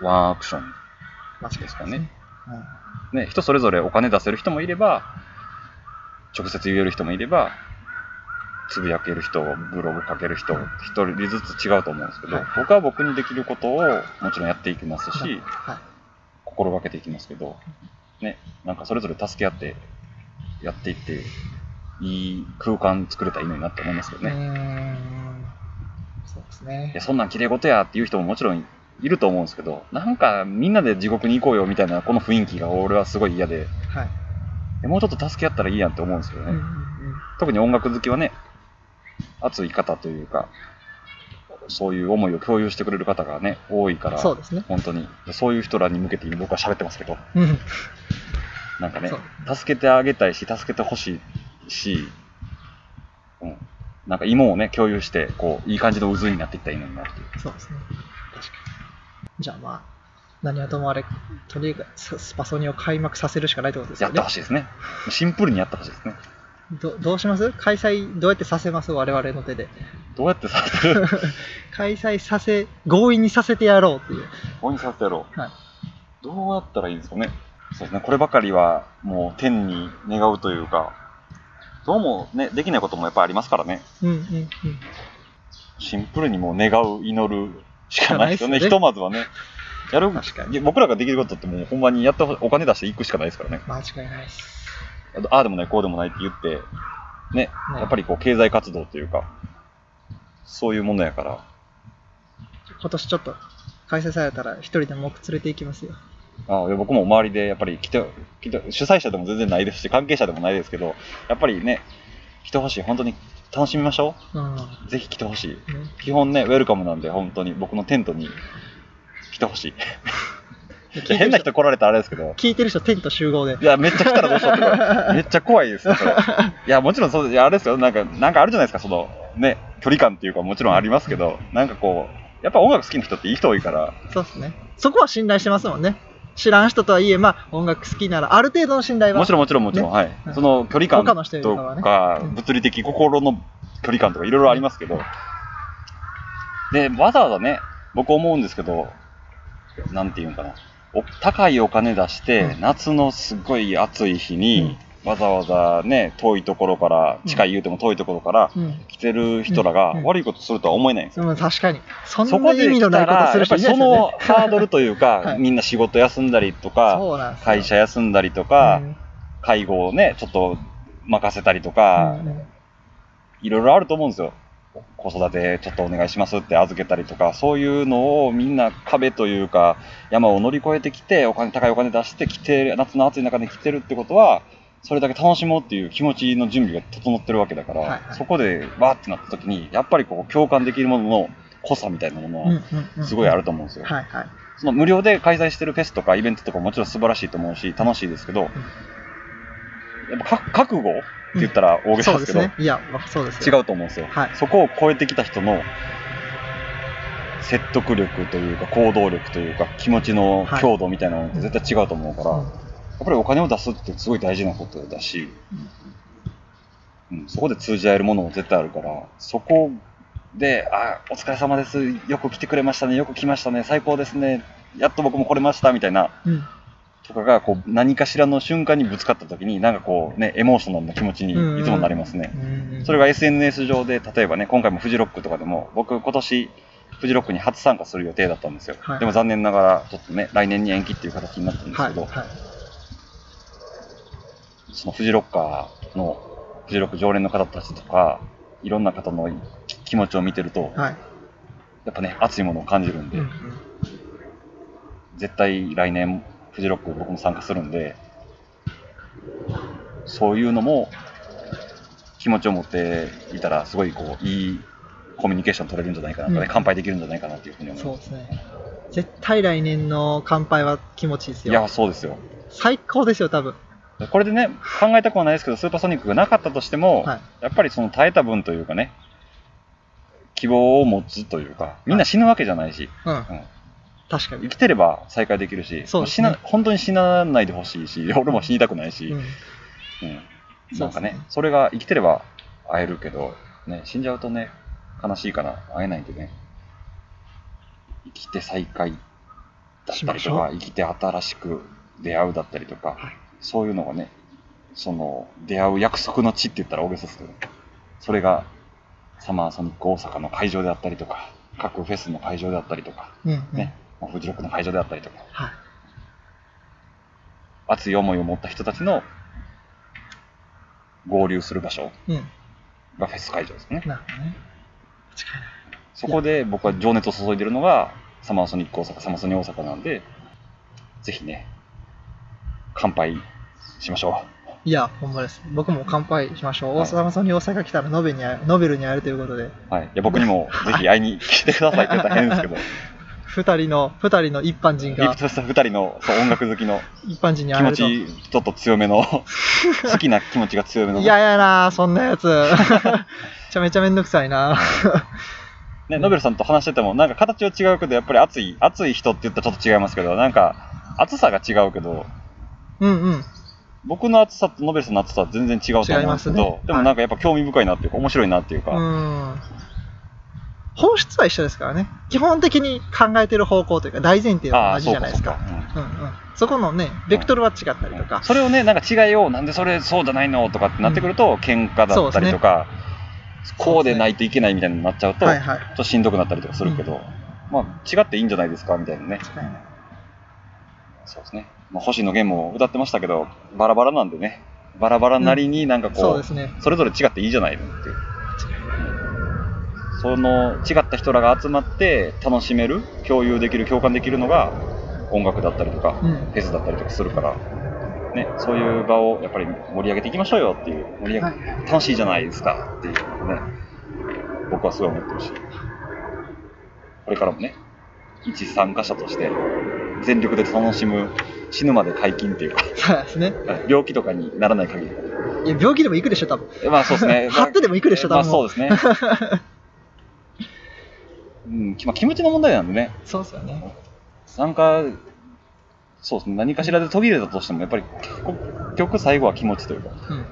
ワンアクション。
まあそう
ですかね。
うん
ね、人それぞれお金出せる人もいれば、直接言える人もいれば、つぶやける人、ブログ書ける人、一人ずつ違うと思うんですけど、
はい
僕は僕にできることをもちろんやっていきますし、
はい。
心がけていきますけど、ね、なんかそれぞれ助け合ってやっていって、いい空間作れたらいいのになって思いますけど
う
ね。
ーんそうです
いや
ね。
そんなん綺麗事やっていう人ももちろんいると思うんですけどなんかみんなで地獄に行こうよみたいなこの雰囲気が俺はすごい嫌で
はい。
えもうちょっと助け合ったらいいやんって思うんですけどね、
うんうん
特に音楽好きはね熱い方というかそういう思いを共有してくれる方がね多いか
う
ら
んそうですね。
本当にそういう人らに向けて今僕は喋ってますけど
うん。
なんかね
そう
助けてあげたいし助けてほしいし、うん、なんか芋をね共有してこういい感じの渦になっていったらいいのになっていう
そうですね。確かに。じゃあまあ、何はともあれ、とりあえずスパソニを開幕させるしかないってことです
や
よ
っ
ね。
てほしいですね。シンプルにやってほしいですね。
どどうします開催、どうやってさせます我々の手で。
どうやってさせる
開催させ、強引にさせてやろうっていう。
ここにさせてやろう。
はい
どうやったらいいんですかね。そうですね。こればかりはもう天に願うというか、どうもね、できないこともやっぱりありますからね。
うんうんうん。
シンプルにもう願う、祈るしかないですよね。
しかないですよね
ひとまずはね。やる
確かに
いや僕らができることってもうほんまにやったほお金出していくしかないですからね。
間違いないです。
あとああでもない、こうでもないって言って、ね、
ね
やっぱりこう経済活動というか、そういうものやから。
今年ちょっと開催されたら一人でも多く連れて行きますよ。
あいや僕も周りでやっぱり来て来て主催者でも全然ないですし関係者でもないですけどやっぱりね来てほしい本当に楽しみましょ
うん。ね
うぜひ来てほしい基本ねウェルカムなんで本当に僕のテントに来てほしいいや変な人来られたらあれですけど
聞いてる人、テント集合で。
いやめっちゃ来たらどうしようとかめっちゃ怖いですねそれいやもちろんそういやあれですよなんかなんかあるじゃないですかそのね距離感っていうかもちろんありますけどなんかこうやっぱ音楽好きな人っていい人多いから
そうですね。そこは信頼してますもんね。知らん人とはいえ、まあ、音楽好きなら、ある程度の信頼は。
もちろんもちろんもちろん、
ね
はい、
うん
その距離感
他の人より
と
かはね
か、
うん
物理的心の距離感とかいろいろありますけど、で、わざわざね、僕思うんですけど、なんていうんかな、お高いお金出して、
うん
夏のすごい暑い日に、わざわざね、遠いところから、近い言うても遠いところから
うん。
来てる人らが
うん
悪いことするとは思えないんですよ。
うん、確かに。そ
そ
んな
こ
意
で
味
来
のない
た
こと
ら、
す
や
る人
っ
い
ぱり
ないです
そ
よね
の。ハードルという
はい
か、みんな仕事休んだりとか、
そうなんですよ
会社休んだりとか、介護をね、ちょっと任せたりと
うん
か
う、んうん
いろいろあると思うんですよ。子育てちょっとお願いしますって預けたりとか、そういうのをみんな壁というか、山を乗り越えてきて、お金、高いお金出してきて、夏の暑い中で来てるってことは、それだけ楽しもうっていう気持ちの準備が整ってるわけだから、
はいはい
そこでわーってなった時に、やっぱりこう共感できるものの濃さみたいな
う
も
んう
の
んうん
はすごいあると思うんですよ。
はいはい。
その無料で開催してるフェスとかイベントとかももちろん素晴らしいと思うし、楽しいですけど、やっぱか覚悟って言ったら大げさ
そう
です
で
け
す
ど、
ね。いや、わそうです
違
よ。
うと思うんですよ、
はい
そこを超えてきた人の説得力というか行動力というか気持ちの強度みたいなのって絶対違うと思うから、
うん
やっぱりお金を出すってすごい大事なことだし、うん、そこで通じ合えるものも絶対あるからそこで「あお疲れ様ですよく来てくれましたねよく来ましたね最高ですねやっと僕も来れました」みたいな
うん。
とかがこう何かしらの瞬間にぶつかった時になんかこうねエモーショナルな気持ちにいつもなりますね。
うんうん
それが SNS 上で、例えばね、今回もフジロックとかでも、僕、今年、フジロックに初参加する予定だったんですよ。
はい
でも残念ながら、ちょっとね、来年に延期っていう形になったんです
は
け
い
ど、
はい。
そのフジロッカーの、フジロック常連の方たちとか、いろんな方のき気持ちを見てると、
はい。
やっぱね、熱いものを感じるんで、
うんうん
絶対来年、フジロック僕も参加するんで、そういうのも、気持ちを持っていたら、すごいこう、いいコミュニケーション取れるんじゃないかなとかね、
うん
乾杯できるんじゃないかなっていうふうに思い
そ
ま
うで。す
す
ね。絶対来年の乾杯は気持ちいいです
いや、
よ。
そうですよ。
最高ですよ、多分。
これでね、考えたくはないですけど、スーパーソニックがなかったとしても、
はい
やっぱりその耐えた分というかね、希望を持つというか、みんな死ぬわけじゃないし、
うん
うん。
確かに
生。きてれば再会できるし、
そうです
死
ね
な本当に死なないでほしいし、 俺も死にたくないし、
う
うん
ん
なんか
そうです
ね
ね、
それが生きてれば会えるけど、ね、死んじゃうとね、悲しいから会えないんでね、生きて再会だっ
したま
り
し
と
ょ
か、
う。
生きて新しく出会うだったりとか、
はい
そういうのがね、その出会う約束の地って言ったら大げさですけど、それがサマーソニック大阪の会場であったりとか、各フェスの会場であったりとか、
うんうん。
ね、まあフジロックの会場であったりとか、
はい。
熱い思いを持った人たちの合流する場所
うん。
がフェス会場ですね。
なるほどね。間違いない。
そこで僕は情熱を注いでるのが、サマーソニック大阪、サマソニ大阪なんで、ぜひね、乾杯しましょう。
いや、ほんまです。僕も乾杯しましょう。
は
大
い
阪さんに大阪来たらノベに会えノベルに会えるということで、
はい、いや僕に もぜひ会いに来てくださいって言ったら変ですけど、
二人の、二人の一般人
リ
が
プ、トスタ2人のそう音楽好きの
一般人に
気
会え
持
ると。
ちちょっと強め の好きな気持ちが強めの、
嫌やなあそんなやつ。 めちゃめちゃめんどくさいな
ね、ノベルさんと話しててもなんか形は違うけどやっぱり熱い熱い人って言ったらちょっと違いますけどなんか熱さが違うけど
うんうん。
僕の熱さとノベルさんの熱さは全然違うと思うんですけ
違い
ど
ますね
でもなんかやっぱ興味深いなっていうか面白いなっていうか、
うん。本質は一緒ですからね。基本的に考えてる方向というか、大前提は
あ
同
あ
じじ
そう
ゃな
か
いで
そう
すか。、
か
うんうん。そこのね、ベクトルは違ったり
うん
とか。
それをねなんか違いをなんでそれそうじゃないのとかってなってくると、喧嘩だったりとか、こうでないといけないみたいになっちゃうと、
はいはい。
ちょっとしんどくなったりとかするけど、まあ違っていいんじゃないですかみたいなね。
間違いない
そうですね。まあ、星野源も歌ってましたけど、バラバラなんでね、バラバラなりになんかこう、
そうですね。
それぞれ違っていいじゃないのっていう。その違った人らが集まって楽しめる、共有できる、共感できるのが音楽だったりとか、
うん。
フェスだったりとかするから、ね、そういう場をやっぱり盛り上げていきましょうよっていう、盛り上げ、
はい
楽しいじゃないですかっていうのをね、僕はすごい思ってるし、これからもね、一参加者として、全力で楽しむ、死ぬまで解禁っていうか、
そうですね。
病気とかにならない限り。
いや、病気でも行くでしょ、多分。
えまあそうで すね。
張ってでも行くでしょ
まあ
多分
そうですね。うん、きまあ気持ちの問題なんでね、
そうですよね。
なんか、そうですね、何かしらで途切れたとしても、やっぱり結構結局最後は気持ちというか、
うん。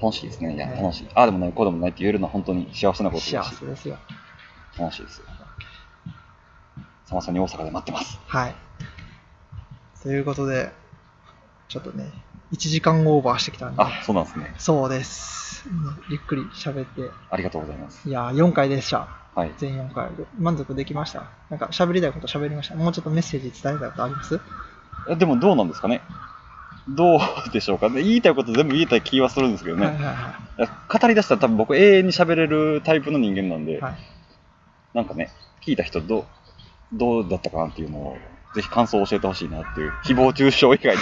楽しいですね。いや、
ね
楽しい。ああでもない、こうでもないって言えるのは本当に幸せなこと
幸
だし、
せですよ。
楽しいですよ。さまさに大阪で待ってます。
はい。ということで、ちょっとね、 1時間オーバーしてきたんで。
あ、そうなんですね。
そうです。うんゆっくり喋って。
ありがとうございます。
いやー、4回でした。
はい。
全4回で。満足できました。なんか喋りたいこと喋りました。もうちょっとメッセージ伝えたいことあります
えでもどうなんですかねどうでしょうかね言いたいこと全部言えた気はするんですけどね、
はいはいはい
や語り出したら多分僕永遠に喋れるタイプの人間なんで、
い。はい
なんかね聞いた人どうどうだったかなっていうのをぜひ感想を教えてほしいなっていう誹謗中傷以 外に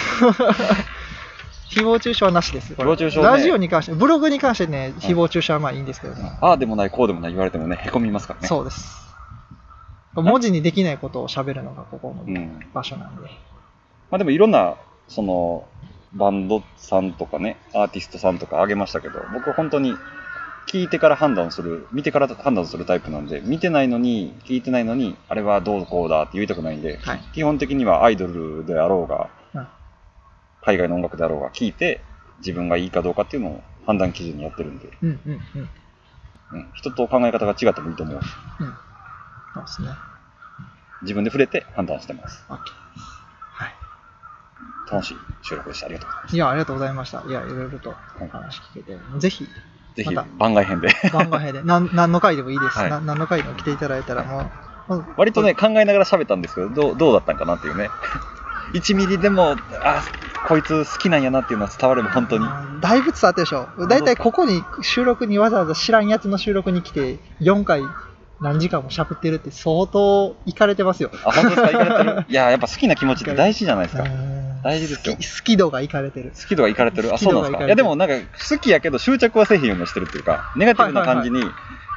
誹謗中傷はなしです。これ
誹謗中傷ね
ラジオに関して、ブログに関してね、誹謗中傷はまあいいんですけどね。
ああでもないこうでもない言われてもねへこみますからね
そうです。文字にできないことを喋るのがここの
うん
場所なんで。
まあ、でもいろんなそのバンドさんとかねアーティストさんとかあげましたけど僕は本当に聞いてから判断する見てから判断するタイプなんで見てないのに聞いてないのにあれはどうこうだって言いたくないんで
はい。
基本的にはアイドルであろうが、
うん
海外の音楽であろうが聞いて自分がいいかどうかっていうのを判断基準にやってるんで、
うんうんうん。
うん、人と考え方が違ってもいいと思うし
そうですね。
自分で触れて判断してます
OK。は
楽しい収録でしたありがとうござい
い。いや、ありがとうございました。いや、いろいろと
い
話聞けて、ぜひ、
ますぜひ
また
番外編で
番外編で、なん 何の回でもいいです。
はい
な何の回でも来ていただいたら、もう、もう
割とね、考えながら喋ったんですけどどうどうだったんかなっていうね1ミリでもあこいつ好きなんやなっていうのは伝われば本当に
うんだいぶ伝わったでしょだいたいここに収録にわざわざ知らんやつの収録に来て4回何時間もしゃべってるって相当いかれてますよ
あ本当ですかいか れてるいややっぱ好きな気持ちって大事じゃないですか
うん
大事ですよ
好き好き度がいかれてる
好き度がいかれてる。あ、そうなんで
好き度がイ
す
カれて
か。
る
いや、でもなんか、好きやけど執着はせえへんようにしてるっていうか、ネガティブな感じに、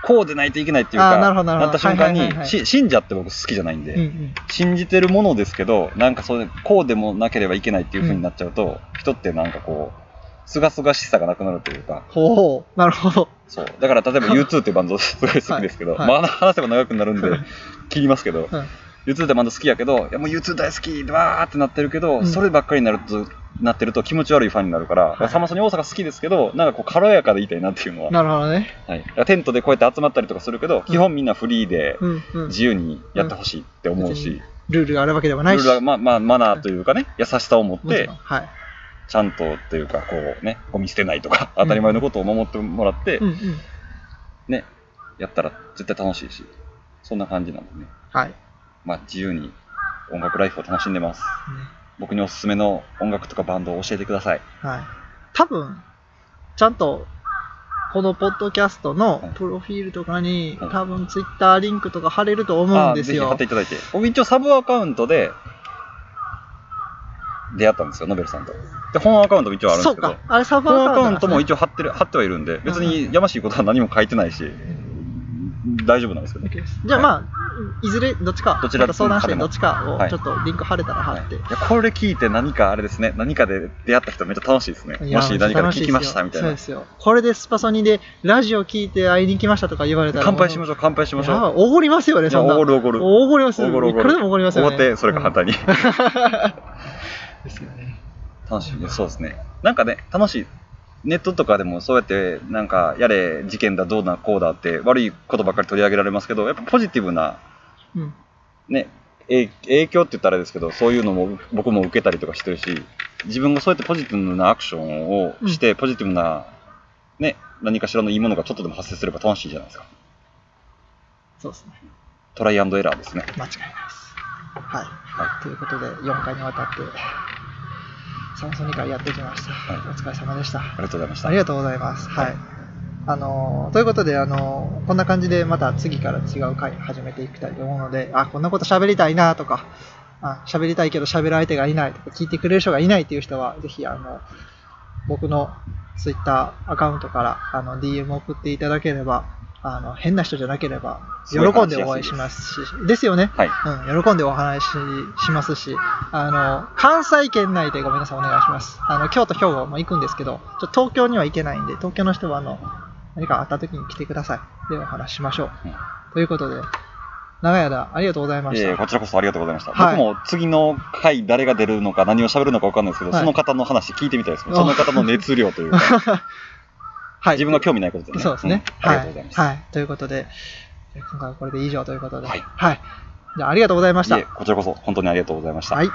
こうでないといけないっていう
あ
か、
ーなるほどなるほど
った瞬間
はいはいはいは
に、
い
し信者って僕好きじゃないん
うんう
で、
ん
信じてるものですけど、なんかそれ、こうでもなければいけないっていう風になっちゃうと、人ってなんかこう、すがすがしさがなくなるというか、
ほうなるほど
そう。だから例えば U2 っていうバンドすごい好きですけど、
はいはい
まあ話せば長くなるんで、切りますけど、
うん
U2 ってバンド好きやけど、いやもう U2 大好き、わーってなってるけど、
うん
そればっかりになると、なってると気持ち悪いファンになるから、
はい
さまさに大阪好きですけど、なんかこう軽やかでいたいなっていうのは、
なるほどね
はい、だからテントでこうやって集まったりとかするけど、基本みんなフリーで
うんうん
自由にやってほしいって思う
うん
し、
ルールがあるわけではない
ル
し
ールはまあまあマナーというかね、優しさを持っ
もち
て
ろん、はい
ちゃんとっていうか、こうね、ゴミ捨てないとか、当たり前のことを守ってもらって
うん、うん
ね、やったら絶対楽しいし、そんな感じなんでね、
はい、ね
まあ自由に音楽ライフを楽しんでます。僕におすすめの音楽とかバンドを教えてください。
はい、多分ちゃんとこのポッドキャストの
はい
プロフィールとかに、
はい
多分ツイッターリンクとか貼れると思う
あ
ん
あ
で
ぜ
す
ひ貼
よ
っていただいて。僕一応サブアカウントで出会ったんですよ、ノベルさんと。で、本アカウントも一応あるんで
そ
す
う
けど、
かあれサーバー
本ア
ア
カ
カウ
ウ
ン
ン
ト
ト
なん
も
ですね
一応貼ってる、貼ってはいるんで、別にやましいことは何も書いてないし、大丈夫なんですけどね。
OK ですじゃあまあいずれどっちか
どちら
また相談して
でも
どっちか
は
を
い
ちょっとリンク貼れたら貼って、
いやこれ聞いて何かあれですね、何かで出会った人めっちゃ楽しいですね。
いや
もし何かで
楽い
聞
です
き
よ
ましたみたい
そう
な
で。すよこれでスパソニでラジオ聞いて会いに来ましたとか言われたら
乾杯しま
し
しょう、乾杯しましょう。
おごりますよね
じゃあ、
そんな
おごるおごる。
おごりますよ
おごるおご
いく
る
らでもおごりますよね
表、それか反対に。
うん ですけどね
楽しみです。そうですね。なんかね、楽しい。ネットとかでもそうやって、なんか、やれ、事件だ、どうだ、こうだって、悪いことばっかり取り上げられますけど、やっぱポジティブな、
うん
ね、え影響って言ったらあれですけど、そういうのも僕も受けたりとかしてるし、自分がそうやってポジティブなアクションをして、ポジティブな、ね、何かしらのいいものがちょっとでも発生すれば楽しいじゃないですか。
そうですね
トライアンドエラーですね。
間違いないです。はい。
は
ということで、4回にわたって、サマソニ会やってきました。
はい
お疲れ様でした。
ありがとうございました。
ありがとうございます。は
はい
い。あのーということで、あのーこんな感じでまた次から違う回始めていきたいと思うので、あ、こんなこと喋りたいなとか、あ、喋りたいけど喋る相手がいないとか、聞いてくれる人がいないという人は、ぜひ、あの、僕のツイッターアカウントから、あの、DM 送っていただければ、あの、変な人じゃなければ、
す
喜
ごい
ん
話しやすいです
でお会いしますし、ですよね。
はい。
うん、喜んでお話ししますし、あの、関西圏内でごめんなさい、お願いします。あの、京都、兵庫も行くんですけど、ちょっと東京には行けないんで、東京の人は、あの、何かあった時に来てください。で、お話ししましょう。
うん
ということで、長い間、ありがとうございまし
え
た。
えこちらこそありがとうございました。
はい
僕も次の回誰が出るのか何を喋るのかわかんないですけど、
はい
その方の話聞いてみたいですね。
あ
その方の熱量というか、
はい。
自分が興味ないことでね。
そうですね。
んありがとうございました。
はい。はい。ということで、今回はこれで以上ということで、
はい
はい、じゃあ、ありがとうございました。
いえこちらこそ本当にありがとうございました。
はい。